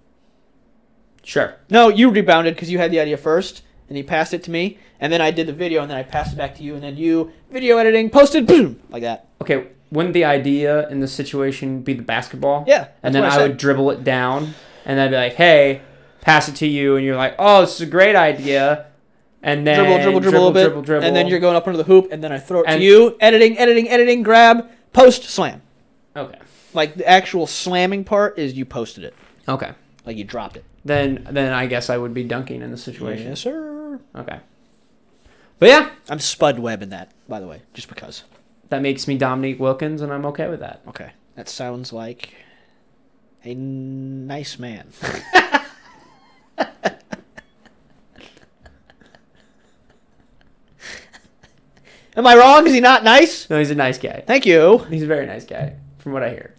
Sure.
No, you rebounded because you had the idea first, and you passed it to me, and then I did the video, and then I passed it back to you, and then you video editing, posted, boom, like that.
Okay, wouldn't the idea in this situation be the basketball?
Yeah,
And
that's
then
what I
I,
said.
would dribble it down, and I'd be like, hey, pass it to you. And you're like, oh, this is a great idea. And then
dribble, dribble, dribble, a bit,
dribble, dribble.
and then you're going up under the hoop, and then I throw it
And-
to you, editing, editing, editing, grab, post, slam.
Okay.
Like the actual slamming part is you posted it,
Okay.
like you dropped it.
Then, then I guess I would be dunking in this situation.
Yes, sir.
Okay. But yeah,
I'm Spud Webb in that, by the way, just because.
that makes me Dominique Wilkins, and I'm okay with that.
Okay, that sounds like a nice man. Am I wrong? Is he not nice?
No, he's a nice guy.
Thank you.
He's a very nice guy, from what I hear.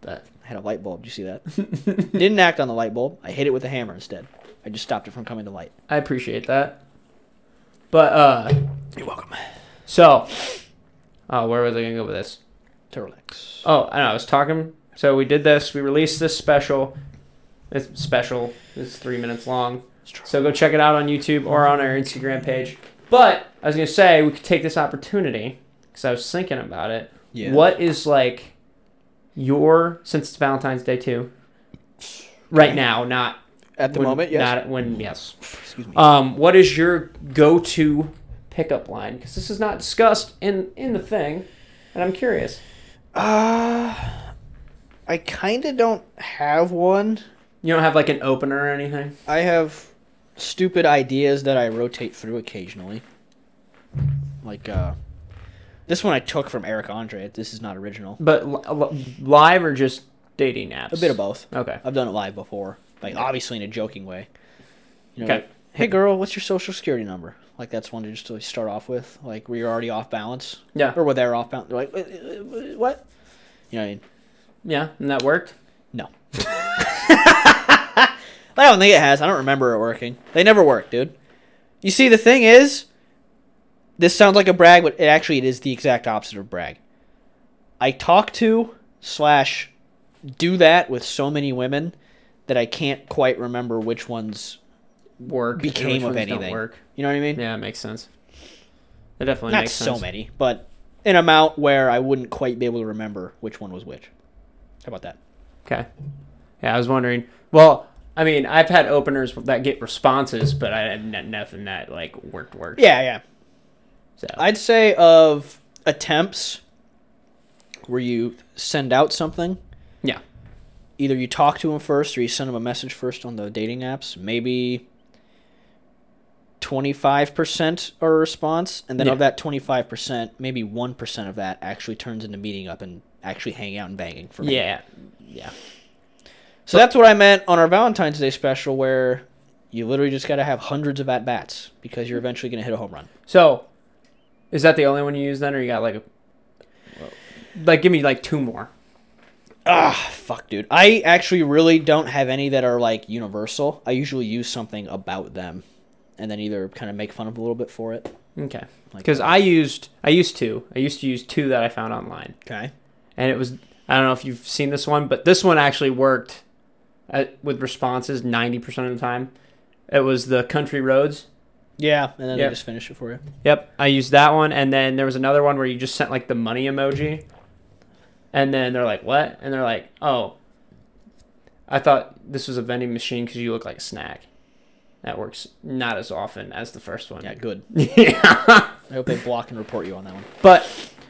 But
I had a light bulb. Did you see that? Didn't act on the light bulb. I hit it with a hammer instead. I just stopped it from coming to light.
I appreciate that. But, uh,.
You're welcome.
So, oh, where was I gonna go with this?
Turtlex.
Oh, I know. I was talking. So we did this. We released this special. It's special. It's three minutes long. So go check it out on YouTube or on our Instagram page. But I was gonna say we could take this opportunity because I was thinking about it.
Yeah.
What is like your since it's Valentine's Day too? Right now, not
At the
when-
moment, yes.
Not when, yes.
Excuse me.
Um, what is your go-to pickup line? Because this is not discussed in in the thing, and I'm curious.
Uh, I kind of don't have one.
You don't have like an opener or anything.
I have stupid ideas that I rotate through occasionally. Like uh this one I took from Eric Andre. This is not original.
But li- li- live or just dating apps?
A bit of both.
Okay.
I've done it live before, like obviously in a joking way. You know,
Okay.
like, hey girl, what's your social security number? Like that's one to just to start off with. Like we are already off balance,
Yeah.
or where they're off balance. They're like, "Wh- wh- wh- what? You know, what I mean?
Yeah, and that worked.
no. I don't think it has. I don't remember it working. They never work, dude. You see, the thing is, this sounds like a brag, but it actually it is the exact opposite of brag. I talk to slash do that with so many women that I can't quite remember which ones
Work and which
became of
ones don't
anything. You know what I mean?
Yeah, it makes sense. It definitely
Not
makes
so
sense.
many, but an amount where I wouldn't quite be able to remember which one was which. How about that?
Okay. Yeah, I was wondering. Well, I mean, I've had openers that get responses, but I had n- nothing that like worked worked.
Yeah, yeah.
So.
I'd say of attempts where you send out something,
yeah.
either you talk to them first or you send them a message first on the dating apps, maybe 25% are a response. And then
Yeah.
of that 25%, maybe 1% of that actually turns into meeting up and actually hanging out and banging for me.
Yeah. Yeah.
So that's what I meant on our Valentine's Day special where you literally just got to have hundreds of at bats because
Mm-hmm.
you're eventually going to hit a home run.
So, is that the only one you use then, or you got like a, like give me like two more?
Ah, fuck, dude. I actually really don't have any that are like universal. I usually use something about them, and then either kind of make fun of a little bit for it.
Okay.
Like-
Because I used I used to I used to use two that I found online,
Okay.
and it was I don't know if you've seen this one, but this one actually worked, at, with responses ninety percent of the time. It was the country roads.
Yeah, and then
Yeah.
they just finish it for you.
Yep, I used that one, and then there was another one where you just sent like the money emoji, and then they're like, "What?" and they're like, "Oh, I thought this was a vending machine because you look like a snack." That works not as often as the first one.
Yeah, good.
yeah.
I hope they block and report you on that one.
But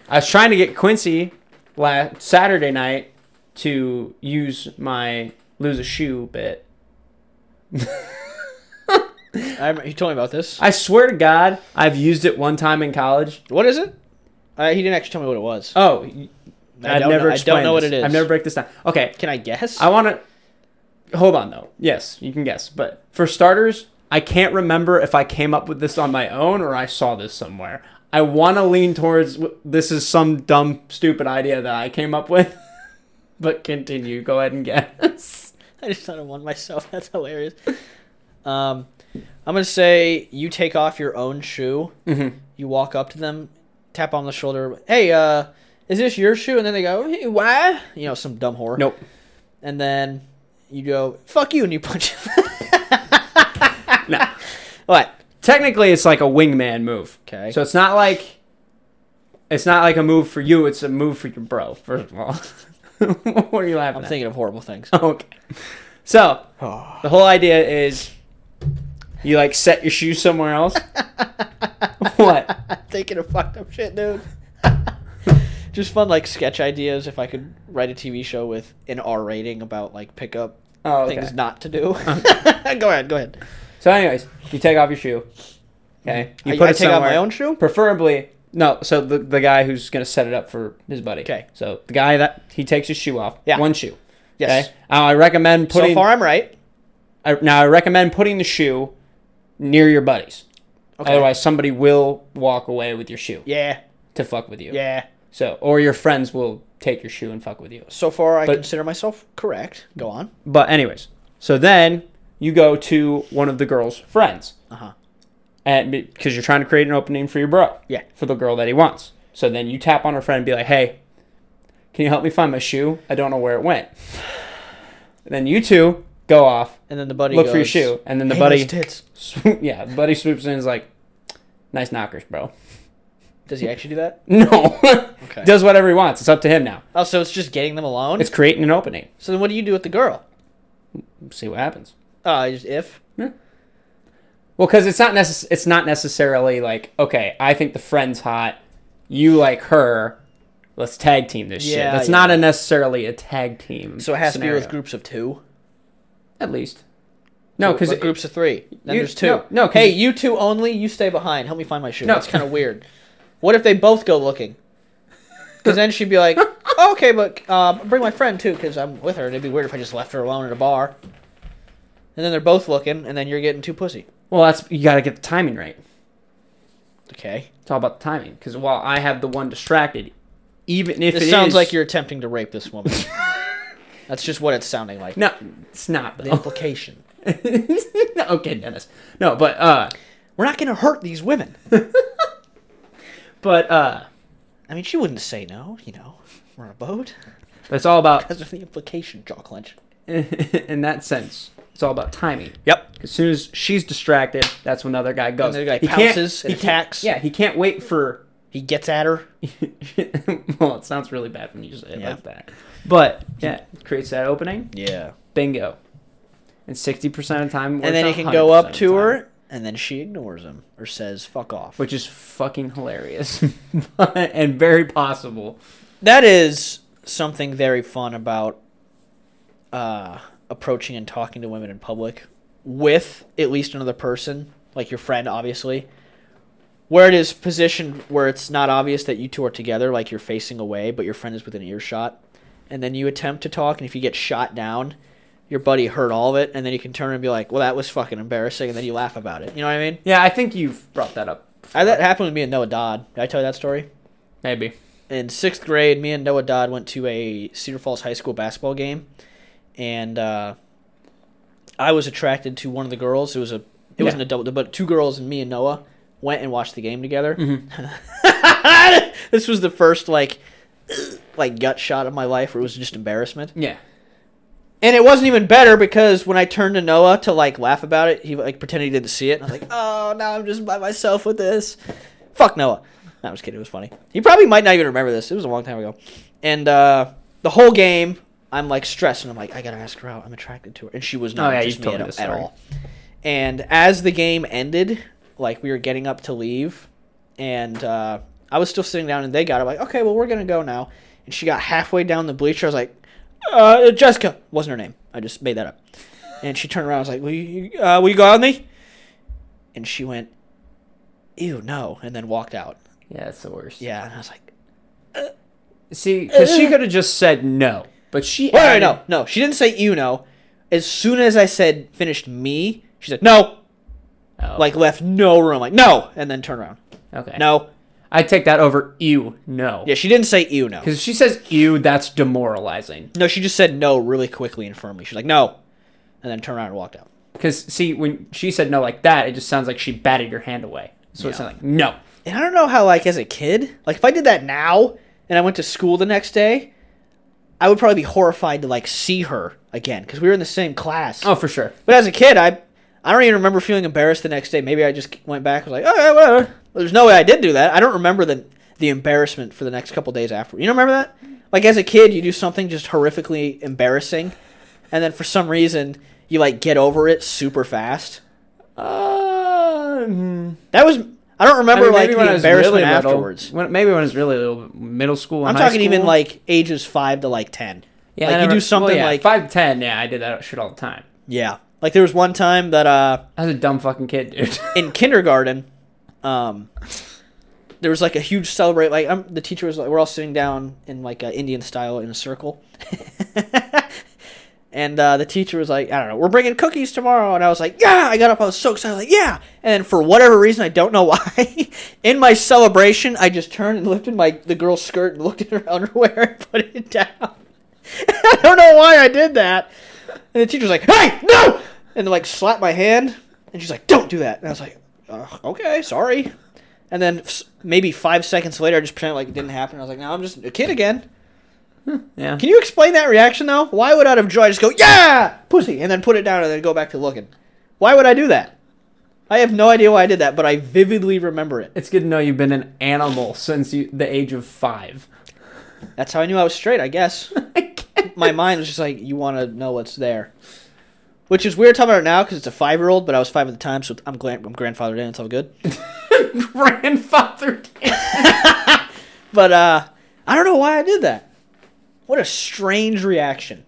I was trying to get Quincy last Saturday night to use my lose a shoe bit.
I remember, he told me about this.
I swear to God, I've used it one time in college.
What is it? Uh, he didn't actually tell me what it was.
Oh,
I
I've
don't
never.
know- I don't
explained
know what
this.
it is.
I've never break this down. Okay,
Can I guess?
I want to. Hold on though. Yes, you can guess. But for starters, I can't remember if I came up with this on my own or I saw this somewhere. I want to lean towards w- this is some dumb, stupid idea that I came up with. but continue. Go ahead and guess.
I just thought of one myself. That's hilarious. Um, I'm gonna say you take off your own shoe. You walk up to them, tap on the shoulder. Hey, uh, is this your shoe? And then they go, hey, why? You know, some dumb whore.
Nope.
And then you go, fuck you, and you punch him.
No.
what?
Technically, it's like a wingman move.
Okay.
So it's not like. It's not like a move for you. It's a move for your bro. First of all, what are you laughing
I'm
at?
thinking of horrible things.
okay. So
Oh.
The whole idea is you like set your shoe somewhere else. what?
thinking of fucked up shit, dude. Just fun, like sketch ideas. If I could write a TV show with an R rating about like pickup
Oh, okay.
things not to do. go ahead, go ahead.
So, anyways, you take off your shoe. Okay. You
I- I take out my own shoe.
Preferably, no. So the the guy who's gonna set it up for his buddy.
'Kay.
So the guy that he takes his shoe off.
Yeah.
One shoe.
Yes.
Okay. Now I recommend putting.
So far, I'm right.
I, now I recommend putting the shoe near your buddies.
Okay.
Otherwise, somebody will walk away with your shoe
Yeah,
to fuck with you.
yeah.
So, or your friends will take your shoe and fuck with you.
So far, I
But-
consider myself correct. Go on.
But anyways, so then you go to one of the girl's friends,
Uh huh.
and because you're trying to create an opening for your bro,
Yeah.
for the girl that he wants. So then you tap on her friend and be like, "Hey, can you help me find my shoe? I don't know where it went." And then you two go off,
And then the buddy
look for your
goes,
shoe, and then the
"Hey,
buddy,
those tits.
swoop, yeah, the buddy swoops in and is like, "Nice knockers, bro."
Does he actually do that?
No,
Okay.
does whatever he wants. It's up to him now.
Oh, so it's just getting them alone.
It's creating an opening.
so then, what do you do with the girl?
See what happens.
Oh, I just if.
Well, because it's not necess- it's not necessarily like okay, I think the friend's hot, you like her, let's tag team this shit.
Yeah,
That's
yeah.
not a necessarily a tag team.
So it has to be with
group
groups of two.
at least. No,
Or-
because
or groups of three. Then
you-
there's two.
no, no, 'cause
hey,
it-
you two only. You stay behind. Help me find my shoe.
No.
That's kind of weird. What if they both go looking? Because then she'd be like, "Oh, "Okay, but uh, bring my friend too, because I'm with her, and it'd be weird if I just left her alone at a bar." And then they're both looking, and then you're getting too pussy.
well, that's you got to get the timing right.
Okay,
It's all about the timing. Because while I have the one distracted, even if
this
it
sounds
is-
like you're attempting to rape this woman. That's just what it's sounding like.
no, it's not
The
though.
implication.
okay, Dennis. No, but uh,
We're not gonna hurt these women.
but uh,
I mean, she wouldn't say no. You know, we're on a boat.
it's all about
That's the implication. Jaw clench.
in that sense. It's all about timing.
Yep.
As soon as she's distracted, that's when the other guy goes.
the other guy
can't-
pounces and
he can't-
attacks.
Yeah, he can't wait for.
He gets at her.
well, it sounds really bad when you say it
Yeah.
like that. But yeah, creates that opening.
Yeah.
Bingo. And sixty percent of the time,
and then he
it
can go up to her, and then she ignores him or says "fuck off."
which is fucking hilarious and very possible.
that is something very fun about uh, approaching and talking to women in public with at least another person, like your friend, obviously. Where it is positioned, where it's not obvious that you two are together, like you're facing away, but your friend is within earshot, and then you attempt to talk, and if you get shot down, your buddy heard all of it, and then you can turn and be like, "Well, that was fucking embarrassing," and then you laugh about it. You know what I mean?
Yeah, I think you've brought that up.
I, that happened with me and Noah Dodd. Did I tell you that story?
Maybe.
In sixth grade, me and Noah Dodd went to a Cedar Falls High School basketball game, and uh, I was attracted to one of the girls. It was a it wasn't
Yeah.
a double, but two girls and me and Noah went and watched the game together. this was the first like like gut shot of my life where it was just embarrassment.
Yeah.
And it wasn't even better because when I turned to Noah to like laugh about it, he like pretended he didn't see it. And I was like, oh, now I'm just by myself with this. Fuck Noah. No, I'm just kidding. It was funny. He probably might not even remember this. It was a long time ago. And uh, the whole game, I'm like stressed and I'm like, I gotta ask her out. I'm attracted to her, and she was not
Oh, yeah,
just
you've
me
told
at,
me this
at
story.
all. And as the game ended, like we were getting up to leave, and uh, I was still sitting down, and they got up like, okay, well we're gonna go now. And she got halfway down the bleacher. I was like, uh, Jessica wasn't her name. I just made that up. And she turned around. I was like, will you, uh, will you go out with me? and she went, "Ew, no," and then walked out.
Yeah, it's the worst.
Yeah, and I was like,
See, because she could have just said no, but she.
"Wait, wait,
added-
no, no." She didn't say you know. As soon as I said finished me, she said no,
Oh,
like left no room, like no, and then turn around.
okay.
No,
I take that over ew. No.
yeah, she didn't say you know.
Because if she says ew, that's demoralizing.
No, she just said no really quickly and firmly. She's like no, and then turned around and walked out.
Because see, when she said no like that, it just sounds like she batted your hand away. So it
Yeah.
sounded like no.
And I don't know how, like, as a kid, like, if I did that now and I went to school the next day, I would probably be horrified to, like, see her again because we were in the same class.
Oh, for sure.
But as a kid, I I don't even remember feeling embarrassed the next day. Maybe I just went back and was like, oh, yeah, whatever. There's no way I did do that. I don't remember the, the embarrassment for the next couple days after. You don't remember that? Like, as a kid, you do something just horrifically embarrassing, and then for some reason, you, like, get over it super fast.
Uh, hmm.
That was. I don't
I
remember
mean,
like
maybe when I
the
was
embarrassment
really little-
afterwards.
when- maybe when I was really little, middle school.
I'm
and high
talking even
school.
like ages five to like ten.
yeah,
like
I
you
never-
do something
well, yeah,
like
five to ten. Yeah, I did that shit all the time.
yeah. Like there was one time that uh
I was a dumb fucking kid, dude.
in kindergarten, um, there was like a huge celebrate. Like I'm, the teacher was like, we're all sitting down in like uh, Indian style in a circle, and uh, the teacher was like, I don't know, we're bringing cookies tomorrow, and I was like, yeah, I got up, I was so excited, I was like yeah, and for whatever reason, I don't know why, in my celebration, I just turned and lifted my the girl's skirt and looked at her underwear and put it down. I don't know why I did that. And the teacher was like, "Hey, no!" And like slapped my hand, and she's like, "Don't do that." And I was like, uh, "Okay, sorry." And then s- maybe five seconds later, I just pretended like it didn't happen. I was like, "Now I'm just a kid again."
yeah.
Can you explain that reaction though? Why would out of joy I just go, "Yeah, pussy," and then put it down and then go back to looking? Why would I do that? I have no idea why I did that, but I vividly remember it.
It's good to know you've been an animal since you, the age of five.
That's how I knew I was straight, I guess.
I can't.
my mind was just like, you want to know what's there. Which is weird talking about it now because it's a five year old, but I was five at the time, so I'm, glan- I'm grandfathered in. It's all good.
grandfather.
But uh, I don't know why I did that. What a strange reaction.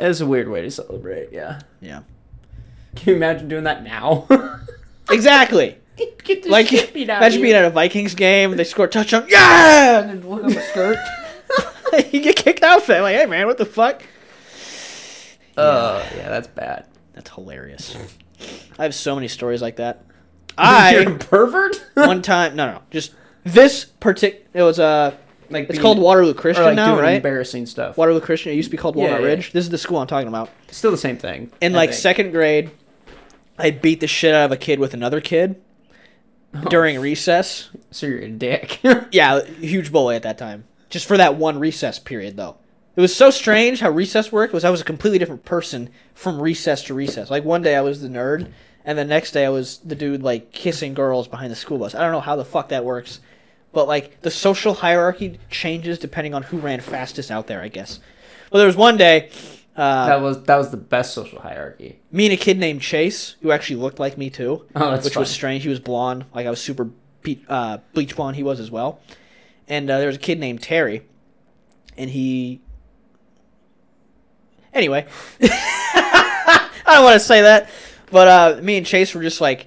It's a weird way to celebrate. Yeah.
Yeah.
Can you imagine doing that now?
Exactly.
Get the
Like,
shit beat out of
imagine
you.
being at a Vikings game, they score a touchdown. Yeah! And then look up a skirt. you get kicked out for that. Like, hey, man, what the fuck?
Oh, yeah, that's bad.
That's hilarious. I have so many stories like that.
You're a
I,
pervert?
one time, no, no, no, just this particular, it was Uh,
like
It's called Waterloo Christian
like
now,
doing
right?
embarrassing stuff.
Waterloo Christian. It used to be called
Yeah,
Walnut
yeah,
Ridge. This is the school I'm talking about.
Still the same thing.
In
I
like
think.
second grade, I beat the shit out of a kid with another kid
Oh.
during recess.
So you're a dick.
Yeah, huge bully at that time. Just for that one recess period, though. It was so strange how recess worked. Was I was a completely different person from recess to recess. Like one day I was the nerd, and the next day I was the dude like kissing girls behind the school bus. I don't know how the fuck that works, but like the social hierarchy changes depending on who ran fastest out there. I guess. Well, there was one day. Uh,
that was that was the best social hierarchy.
me and a kid named Chase, who actually looked like me too,
Oh, that's
which was
fun.
strange. He was blonde, like I was super pe- uh, bleach blonde. He was as well. And uh, there was a kid named Terry, and he. Anyway, I don't want to say that, but uh, me and Chase were just like,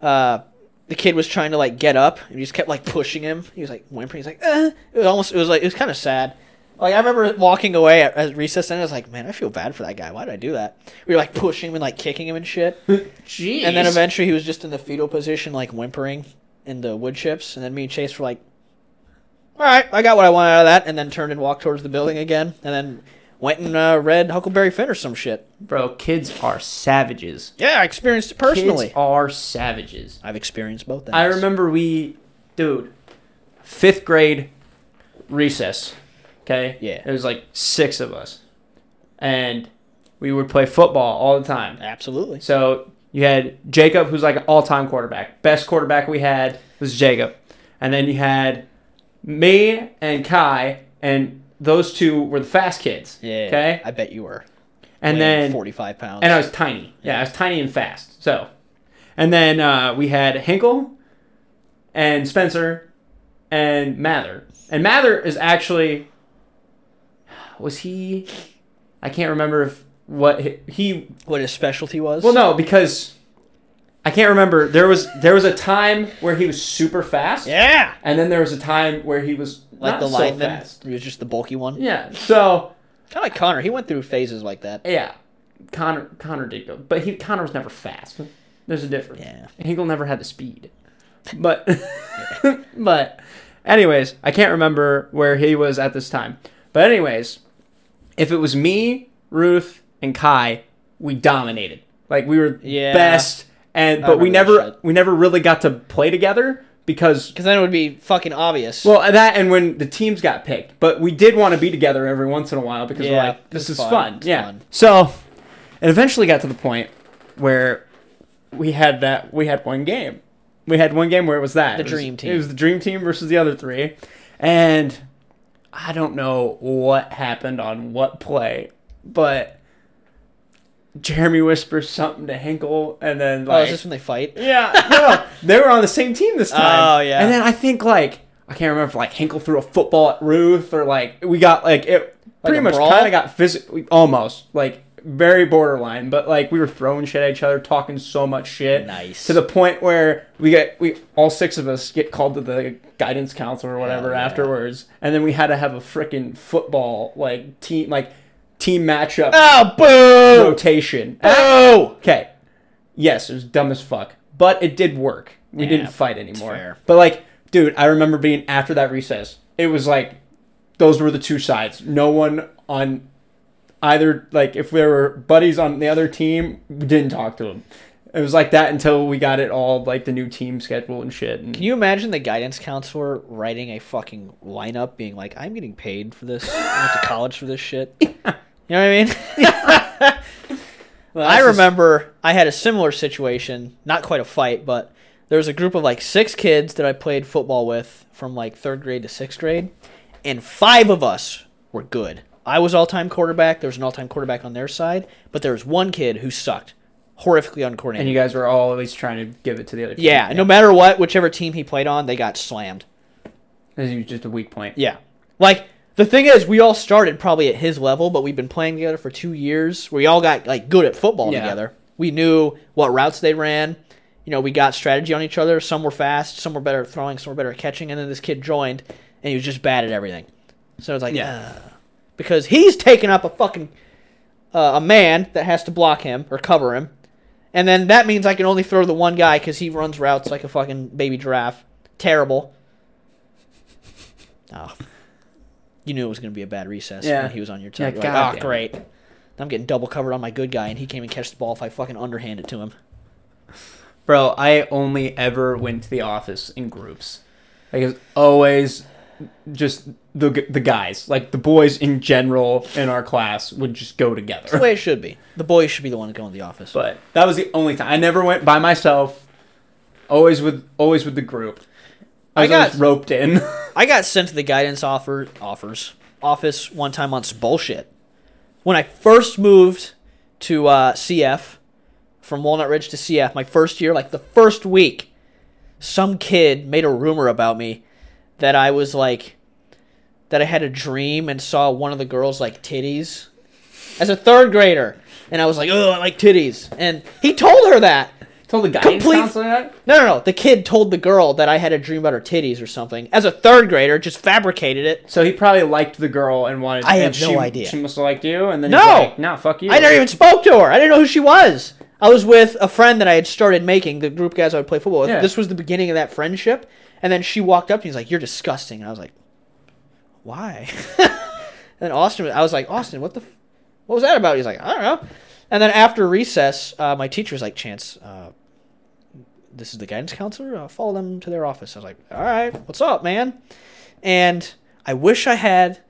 uh, the kid was trying to like get up, and we just kept like pushing him. He was like whimpering. He's like, uh. it was almost, it was like, it was kind of sad. Like I remember walking away at, at recess, and I was like, man, I feel bad for that guy. Why did I do that? We were like pushing him and like kicking him and shit.
Jeez.
And then eventually he was just in the fetal position, like whimpering in the wood chips. And then me and Chase were like, all right, I got what I wanted out of that. And then turned and walked towards the building again. And then went and uh, read Huckleberry Finn or some shit.
Bro, kids are savages.
Yeah, I experienced it personally.
Kids are savages.
I've experienced both things.
I remember we, dude, fifth grade recess. Okay.
Yeah.
It was like six of us, and we would play football all the time.
Absolutely.
So you had Jacob, who's like an all-time quarterback, best quarterback we had was Jacob, and then you had me and Kai, and those two were the fast kids.
Yeah.
Okay.
I bet you were.
And
weighing
then
45 pounds.
and I was tiny. Yeah, I was tiny and fast. So, and then uh, we had Hinkle and Spencer and Mather. And Mather is actually was he? I can't remember if what he, he
what his specialty was?
well, no, because I can't remember. There was there was a time where he was super fast,
Yeah.
and then there was a time where he was
Like
not
the
so
lineman.
fast.
He was just the bulky one.
Yeah. So
Kind of like Connor. He went through phases like that.
yeah, Connor Connor did go, but he Connor was never fast. There's a difference.
Yeah.
Hinkle never had the speed. But but anyways, I can't remember where he was at this time. But anyways, if it was me, Ruth, and Kai, we dominated. Like we were
Yeah.
best and
I
but we
remember that
never
shit.
we never really got to play together because
Because then it would be fucking obvious.
well, and that and when the teams got picked, but we did want to be together every once in a while because
Yeah,
we're like, this
it's
is
fun.
fun.
It's
Yeah.
fun.
So, it eventually got to the point where we had that we had one game. We had one game where it was that
The
It was-
dream team.
It was the dream team versus the other three, and I don't know what happened on what play, but Jeremy whispers something to Hinkle, and then
oh,
like
is this when they fight?
yeah, no, they were on the same team this time.
Oh, yeah.
And then I think like I can't remember if like Hinkle threw a football at Ruth or like we got like it
Like a
pretty much
brawl?
kind of got physically almost like very borderline, but like we were throwing shit at each other, talking so much shit.
Nice.
To the point where we get we all six of us get called to the guidance council or whatever
Hell yeah.
afterwards, and then we had to have a freaking football like team like team matchup
Oh, boo!
rotation.
Boo!
Okay. Yes, it was dumb as fuck, but it did work. We
Yeah,
didn't fight anymore.
fair.
But like, dude, I remember being after that recess. It was like those were the two sides. No one on either like if there were buddies on the other team, we didn't talk to them. It was like that until we got it all like the new team schedule and shit. And
Can you imagine the guidance counselor writing a fucking lineup being like, I'm getting paid for this. I went to college for this shit. You know what I mean?
Well,
I
that's just-
remember I had a similar situation, not quite a fight, but there was a group of like six kids that I played football with from like third grade to sixth grade, and five of us were good. I was all time quarterback. There was an all time quarterback on their side, but there was one kid who sucked horrifically uncoordinated.
and you guys were always trying to give it to the other. team.
yeah, no matter what, whichever team he played on, they got slammed.
This was just a weak point.
Yeah. Like the thing is, we all started probably at his level, but we've been playing together for two years. We all got like good at football
Yeah.
together. We knew what routes they ran. You know, we got strategy on each other. Some were fast, some were better at throwing, some were better at catching. And then this kid joined, and he was just bad at everything. So it's like,
Yeah.
yeah, because he's taking up a fucking uh, a man that has to block him or cover him, and then that means I can only throw the one guy because he runs routes like a fucking baby giraffe. Terrible. Oh, you knew it was going to be a bad recess
Yeah.
when he was on your team.
Yeah,
You're like,
God
oh,
damn
great. I'm getting double covered on my good guy, and he can't even catch the ball if I fucking underhand it to him.
Bro, I only ever went to the office in groups. Like it was always just the g- the guys, like the boys in general in our class would just go
That's the
together.
way it should be. The boys should be the one to go in the office.
But that was the only time I never went by myself. Always with always with the group. I,
I
was
got-
always roped in.
I got sent to the guidance offer offers office one time on some bullshit. When I first moved to uh, CF from Walnut Ridge to CF, my first year, like the first week, some kid made a rumor about me that I was like that I had a dream and saw one of the girls like titties as a third grader, and I was like, oh, I like titties, and he told her that.
Told the guy
Complete-
counselor that.
No, no, no. The kid told the girl that I had a dream about her titties or something. As a third grader, just fabricated it.
So he probably liked the girl and wanted.
I
and
have no
she-
idea.
She must have liked you, and then
No!
he's like, "Nah, fuck you."
I never even spoke to her. I didn't know who she was. I was with a friend that I had started making, the group guys I would play football with.
Yeah.
This was the beginning of that friendship. And then she walked up to me and was like, You're disgusting. And I was like, Why? and then Austin, was- I was like, Austin, what the, f- what was that about? He's like, I don't know. And then after recess, uh, my teacher was like, Chance, uh, this is the guidance counselor. Uh, follow them to their office. I was like, All right, what's up, man? And I wish I had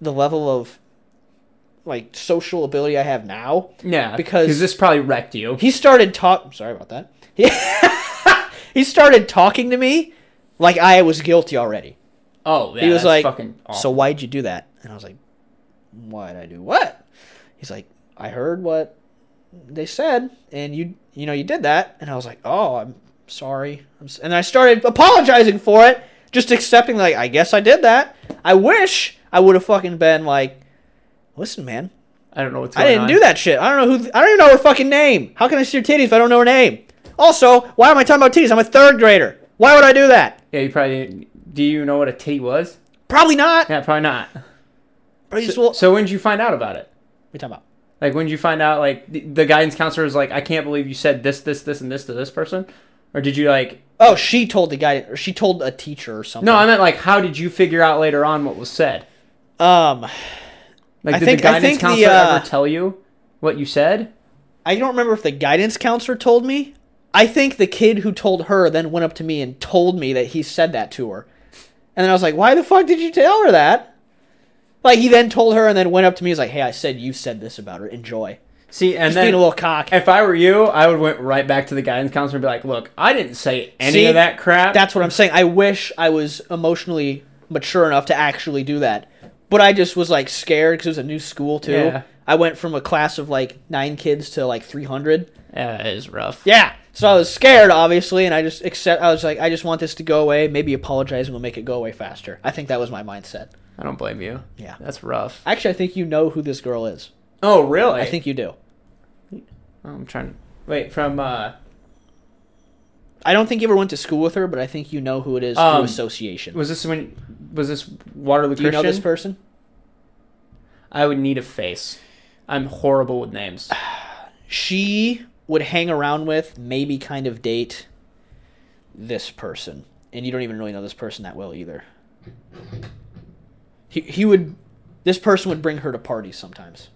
the level of like social ability I have now
Yeah,
because-
because this probably wrecked you.
he started talk. Sorry about that. He, he started talking to me like I was guilty already.
Oh, yeah,
he was
that's
like,
"Fucking awful.
"So why'd you do that?" And I was like, "Why'd I do what?" He's like, "I heard what they said, and you you know you did that." And I was like, "Oh, I'm sorry." I'm s-. And I started apologizing for it, just accepting like I guess I did that. I wish I would have fucking been like, "Listen, man,
I don't know what's
I
going
didn't
on.
do that shit. I don't know who. I don't even know her fucking name. How can I see her titties if I don't know her name? Also, why am I talking about titties? I'm a third grader. Why would I do that?
Yeah, you probably do. You know what a titty was?
Probably not.
Yeah, probably not.
Probably just,
So,
well,
so when did you find out about it?
we talking about?
Like when did you find out? Like the, the guidance counselor was like, I can't believe you said this, this, this, and this to this person, or did you like?
Oh, she told the guy, or she told a teacher or something.
No, I meant like, how did you figure out later on what was said?
um,
Like,
I
did
think-
the
I
guidance
think the,
counselor
uh,
ever tell you what you said?
I don't remember if the guidance counselor told me. I think the kid who told her then went up to me and told me that he said that to her. And then I was like, why the fuck did you tell her that? Like, he then told her and then went up to me and was like, hey, I said you said this about her. Enjoy.
See, and
Just
then
being a little cock.
if I were you, I would went right back to the guidance counselor and be like, look, I didn't say any
See,
of that crap.
That's what I'm saying. I wish I was emotionally mature enough to actually do that. But I just was like scared because it was a new school too.
Yeah.
I went from a class of like nine kids to like 300.
yeah, that is rough.
Yeah. So I was scared, obviously, and I just accept. I was like, I just want this to go away. Maybe apologize and we'll make it go away faster. I think that was my mindset.
I don't blame you.
Yeah.
That's rough.
Actually, I think you know who this girl is.
Oh, really?
I think you do.
Oh, I'm trying to wait from. uh
I don't think you ever went to school with her, but I think you know who it is
Um,
through association.
Was this when? Was this Waterloo
do you
Christian?
know this person?
I would need a face. I'm horrible with names.
she would hang around with, maybe kind of date this person. And you don't even really know this person that well either. He, he would, this person would bring her to parties sometimes.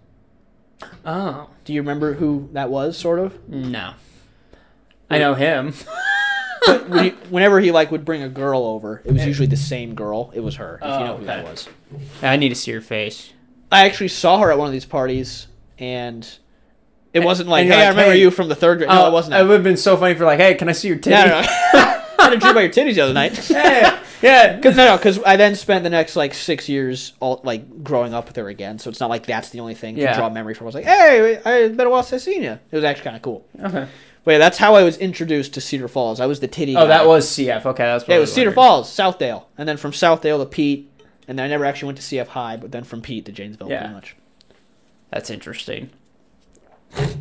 Oh
Do you remember who that was, sort of?
no, I know him.
When he- whenever he like would bring a girl over, it was
Yeah.
usually the same girl. It was her. If
Oh,
you know who that
okay.
was.
I need to see your face.
I actually saw her at one of these parties, and it wasn't like,
and
hey,
you're
I
like,
remember
hey.
you from the third grade. no, it wasn't.
Oh, It
That.
would have been so funny for like, hey, can I see your titty?
No, no, no. I had a dream about your titties the other night.
hey, yeah.
Cause, no, no, because I then spent the next like six years all like growing up with her again. So it's not like that's the only thing
Yeah.
to draw memory from. I was like, hey, I it's been a while since I seen you. It was actually kind of cool.
Okay.
But yeah, that's how I was introduced to Cedar Falls. I was the titty.
Oh,
guy.
that was CF. Okay, that's what
Yeah,
I
it was Cedar
wondering.
Falls, Southdale, and then from Southdale to Pete, and then I never actually went to CF High, but then from Pete to Janesville,
Yeah.
pretty much.
That's interesting.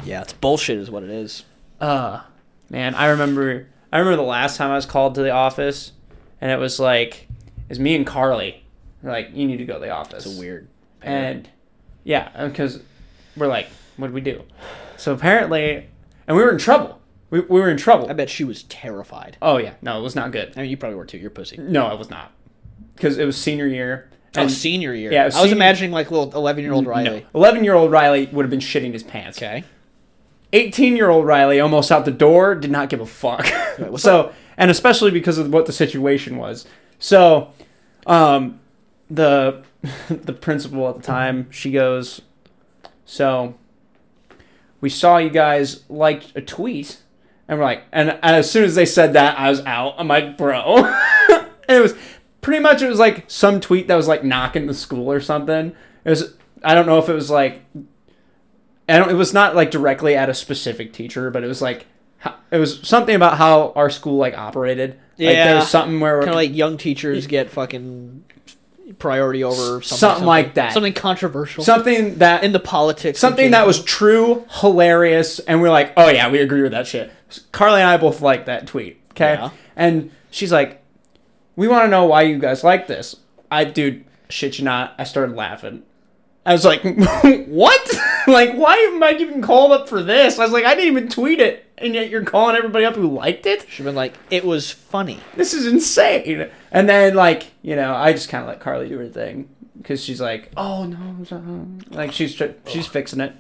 Yeah, it's bullshit, is what it is.
Uh man, I remember I remember the last time I was called to the office and it was like it was me and Carly. We're like, you need to go to the office.
It's a weird. pair.
and yeah, because we're like, what do we do? So apparently and we were in trouble. We, we were in trouble.
I bet she was terrified.
Oh yeah, no, it was not good.
I mean, you probably were too. You're pussy.
No, it was not. Because it was senior year.
oh,
and-
senior year.
yeah, it
I
was
was
senior-
imagining like little eleven year old Riley.
no. 11 year old Riley would have been shitting his pants.
Okay.
18 year old Riley almost out the door did not give a fuck.
what's
so, and especially because of what the situation was. So, um, the the principal at the time, she goes, "So, we saw you guys liked a tweet." And we're like, and, and as soon as they said that, I was out. I'm like, bro. and it was pretty much, it was like some tweet that was like knocking the school or something. It was, I don't know if it was like, I don't, it was not like directly at a specific teacher, but it was like, ho- it was something about how our school like operated. Like there
Yeah.
was something where
kind of like young teachers get fucking priority over something,
Something like that.
something controversial,
something that
in the politics, of
something that
Janesville.
was true, hilarious, and we're like, oh yeah, we agree with that shit. Carly and I both like that tweet, okay?
Yeah.
And she's like, we want to know why you guys like this. I, dude, shit you not, I started laughing. I was like, what? like, why am I even called up for this? I was like, I didn't even tweet it, and yet you're calling everybody up who liked it?
Should've been like it was funny.
this is insane. And then like you know, I just kind of let Carly do her thing because she's like, oh no, it's, uh, like she's tr- she's fixing it,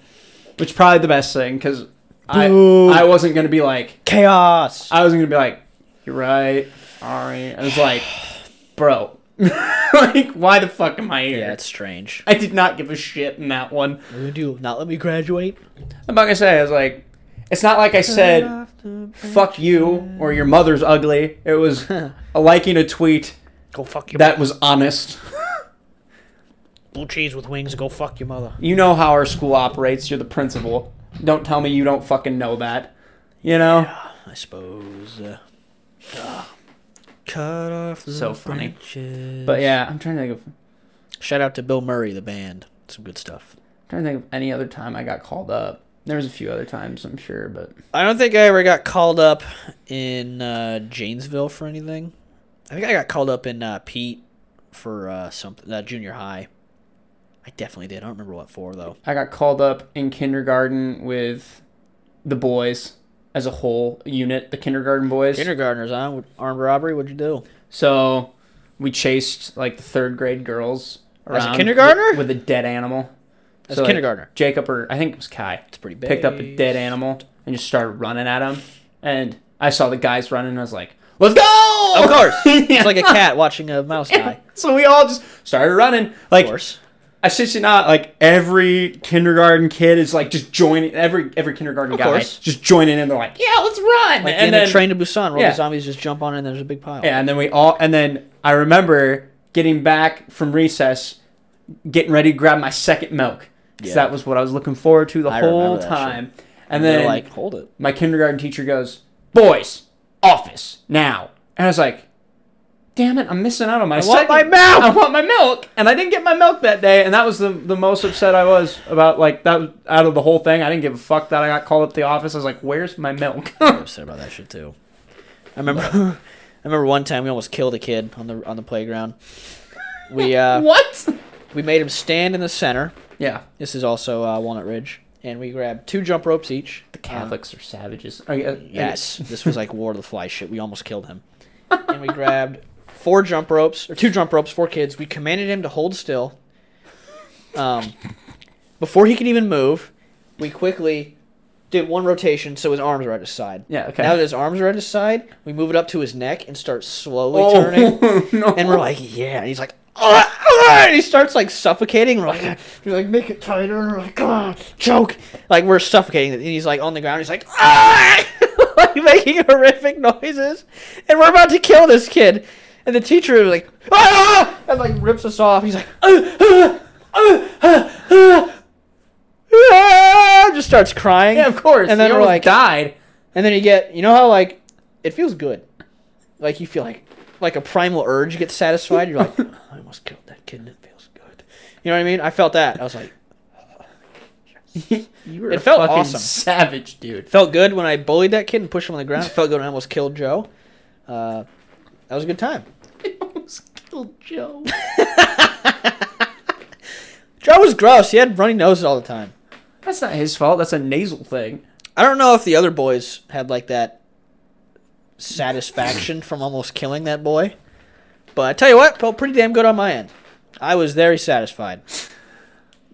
which is probably the best thing because I
Boo.
I wasn't gonna be like
Chaos.
I wasn't gonna be like you're right, sorry. I was like, bro, like why the fuck am I here?
yeah, it's strange.
I did not give a shit in that one.
What do you do? Not let me graduate.
I'm not gonna say I was like, it's not like I said fuck you or your mother's ugly. It was liking a tweet
Go fuck your
that was honest.
blue cheese with wings. and Go fuck your mother.
You know how our school operates. You're the principal. Don't tell me you don't fucking know that. You know?
I suppose. Uh, cut off the
So funny.
branches.
But yeah, I'm trying to think of
shout out to Bill Murray, the band. Some good stuff.
trying to think of any other time I got called up. There was a few other times, I'm sure, but
I don't think I ever got called up in uh, Janesville for anything. I think I got called up in uh, Pete for uh, something uh, junior high. I definitely did. I don't remember what for though.
I got called up in kindergarten with the boys as a whole unit, the kindergarten boys.
Kindergartners, huh? Armed robbery? What'd you do?
so we chased like the third grade girls
As a
around
kindergartner?
with, with a dead animal.
As
So,
a
like,
kindergartner,
Jacob or I think it was Kai
it's pretty big.
picked up a dead animal and just started running at him. And I saw the guys running and I was like, let's go!
Of course,
Yeah.
it's like a cat watching a mouse die.
so we all just started running.
Of
Like,
course,
I shit you not, like every kindergarten kid is like just joining, every every kindergarten
Of
guy
course.
just joining in. They're like, yeah, let's run!
like
and
in a
then,
train to Busan, where all
yeah.
the zombies just jump on it and there's a big pile.
yeah, and then we all, and then I remember getting back from recess, getting ready to grab my second milk. Because
Yeah.
that was what I was looking forward to the
I remember
whole
that shit.
time. And
They're
then,
like, hold it.
my kindergarten teacher goes, "Boys, office now." And I was like, "Damn it, I'm missing out on my I
want my milk!
I want my milk." And I didn't get my milk that day, and that was the the most upset I was about like that was- out of the whole thing. I didn't give a fuck that I got called up to the office. I was like, "Where's my milk?"
I'm upset about that shit too. I remember, I remember one time we almost killed a kid on the on the playground. We uh,
what?
we made him stand in the center.
Yeah,
This is also uh, Walnut Ridge, and we grabbed two jump ropes each.
the Catholics are savages. Are you- uh,
Yes, this was like War of the Fly shit. We almost killed him, and we grabbed four jump ropes or two jump ropes, four kids. We commanded him to hold still. Um, before he could even move, we quickly did one rotation so his arms were at his side.
Yeah, okay.
Now that his arms are at his side, we move it up to his neck and start slowly
Oh,
turning.
no.
And we're like, yeah. And he's like, ah, ah," and he starts like suffocating. We're like, "Ah." he's like, make it tighter. And we're like, ah, choke. Like we're suffocating. And he's like on the ground. He's like, ah, like making horrific noises. And we're about to kill this kid. And the teacher was like, ah, and like rips us off. He's like, ah, ah, ah, ah, ah, ah," just starts crying.
yeah, of course.
And then
He
we're
almost
like,
died.
and then you get, you know how like it feels good, like you feel like like a primal urge gets satisfied. You're like, I almost killed that kid, and it feels good. You know what I mean? I felt that. I was like,
You were
It
a
felt
fucking
awesome.
savage, dude.
felt good when I bullied that kid and pushed him on the ground. It felt good when I almost killed Joe. Uh, that was a good time.
Almost killed Joe.
Joe was gross. He had runny noses all the time.
That's not his fault. That's a nasal thing.
I don't know if the other boys had like that satisfaction from almost killing that boy, but I tell you what, felt pretty damn good on my end. I was very satisfied.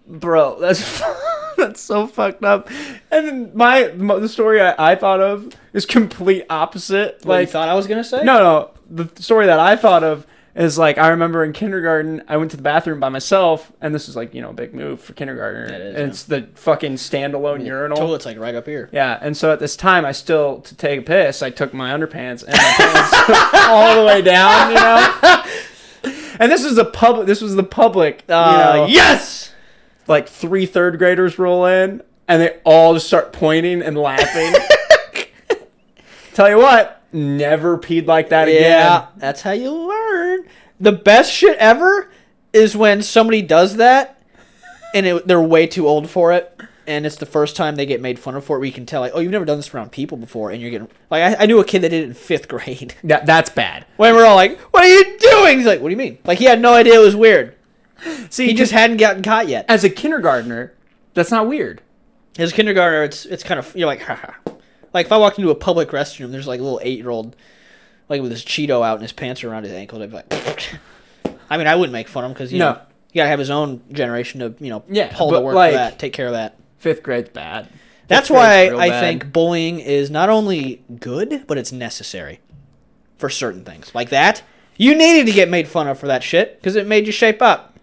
bro that's that's so fucked up and then my, my the story I, I thought of is complete opposite
What you
like
thought I was gonna say?
no no the story that i thought of is like i remember in kindergarten i went to the bathroom by myself and this is like you know a big move for kindergarten
That is,
And it's the fucking standalone urinal
Toilet's like right up here.
yeah and so at this time i still to take a piss i took my underpants and my pants all the way down you know and this is the public this was the public you
Oh, Uh,
know,
yes.
like three third graders roll in and they all just start pointing and laughing. Tell you what, never peed like that
Yeah,
again.
that's how you learn. The best shit ever is when somebody does that, and it, they're way too old for it, and it's the first time they get made fun of for it. We can tell, like, oh, you've never done this around people before, and you're getting like, I, I knew a kid that did it in fifth grade.
That, that's bad.
When we're all like, "What are you doing?" He's like, "What do you mean?" Like he had no idea it was weird.
See,
He just hadn't gotten caught yet.
as a kindergartner, that's not weird.
As a kindergartner, it's it's kind of you're like, haha. Like if I walked into a public restroom, there's like a little eight year old, like with his Cheeto out and his pants are around his ankles. I'd be like, I mean, I wouldn't make fun of him because you
No.
know you gotta have his own generation to you know
Yeah,
pull to
but,
work
like-
for that, take care of that.
Fifth grade's bad.
That's
Fifth
why
grade's real
I
bad.
think bullying is not only good but it's necessary for certain things like that. You needed to get made fun of for that shit because it made you shape up.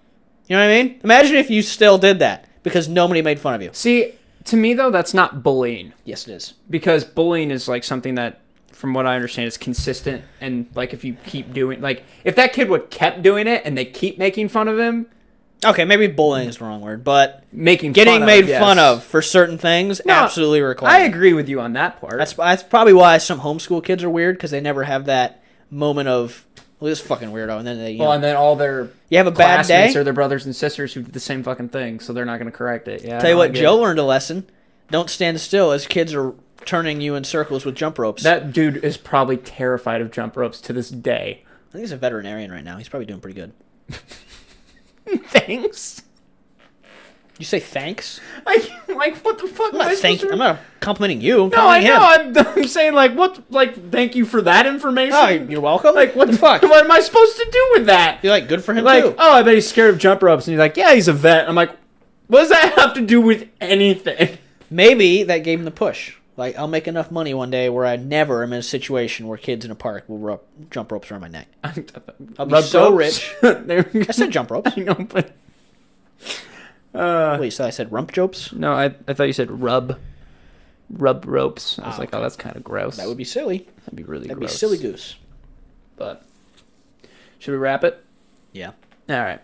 You know what I mean? Imagine if you still did that because nobody made fun of you.
See, to me though, that's not bullying
Yes, it is.
because bullying is like something that, from what I understand, is consistent and like if you keep doing, like if that kid would kept doing it and they keep making fun of him,
Okay, maybe bullying is the wrong word, but
making
getting
fun
made
of, yes.
fun of for certain things
No,
absolutely required.
I agree with you on that part.
That's that's probably why some homeschool kids are weird because they never have that moment of well, this fucking weirdo, and then they you,
Well,
know,
and then all their
you have a bad
classmates
day.
are their brothers and sisters who did the same fucking thing, so they're not going to correct it. Yeah.
Tell you
I
what,
get
Joe
it.
learned a lesson. Don't stand still as kids are turning you in circles with jump ropes.
That dude is probably terrified of jump ropes to this day.
I think he's a veterinarian right now. He's probably doing pretty good.
Thanks.
You say thanks?
Like, like what the fuck? am
I'm
I
not
supposed
thank.
to-
I'm not complimenting you. I'm
No, I
complimenting
know.
him.
I'm, I'm saying like what? Like thank you for that information.
Oh, you're welcome.
like what the fuck? What am I supposed to do with that?
You're like good for him
Like
too.
oh, I bet he's scared of jump ropes, and you're like, yeah, he's a vet. I'm like, what does that have to do with anything?
Maybe that gave him the push. Like I'll make enough money one day where I never am in a situation where kids in a park will rub, jump ropes around my neck. I'll be so
rich.
I said jump ropes.
I know, but uh,
Wait, so I said rump jopes?
no, I I thought you said rub, rub ropes. I was
Ah,
like, oh, that's kind of gross.
That would be silly.
that'd be really
That'd
gross.
be silly goose.
But should we wrap it?
Yeah.
All right.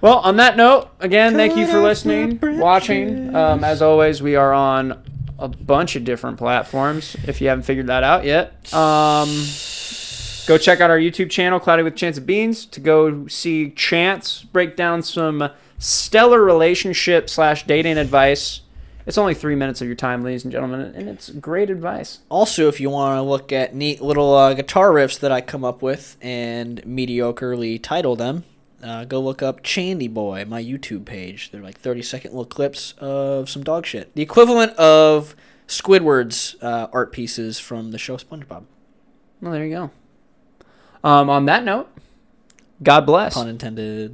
Well, on that note, again, thank you for listening, watching. Um, as always, we are on a bunch of different platforms. If you haven't figured that out yet, um, go check out our YouTube channel, Cloudy with Chance of Beans, to go see Chance break down some stellar relationship slash dating advice. It's only three minutes of your time, ladies and gentlemen, and it's great advice.
Also, if you want to look at neat little uh, guitar riffs that I come up with and mediocrely title them, uh, go look up Chandy Boy, my YouTube page. They're like 30 second little clips of some dog shit. The equivalent of Squidward's uh, art pieces from the show SpongeBob.
Well, there you go. Um, on that note, God bless.
Pun intended.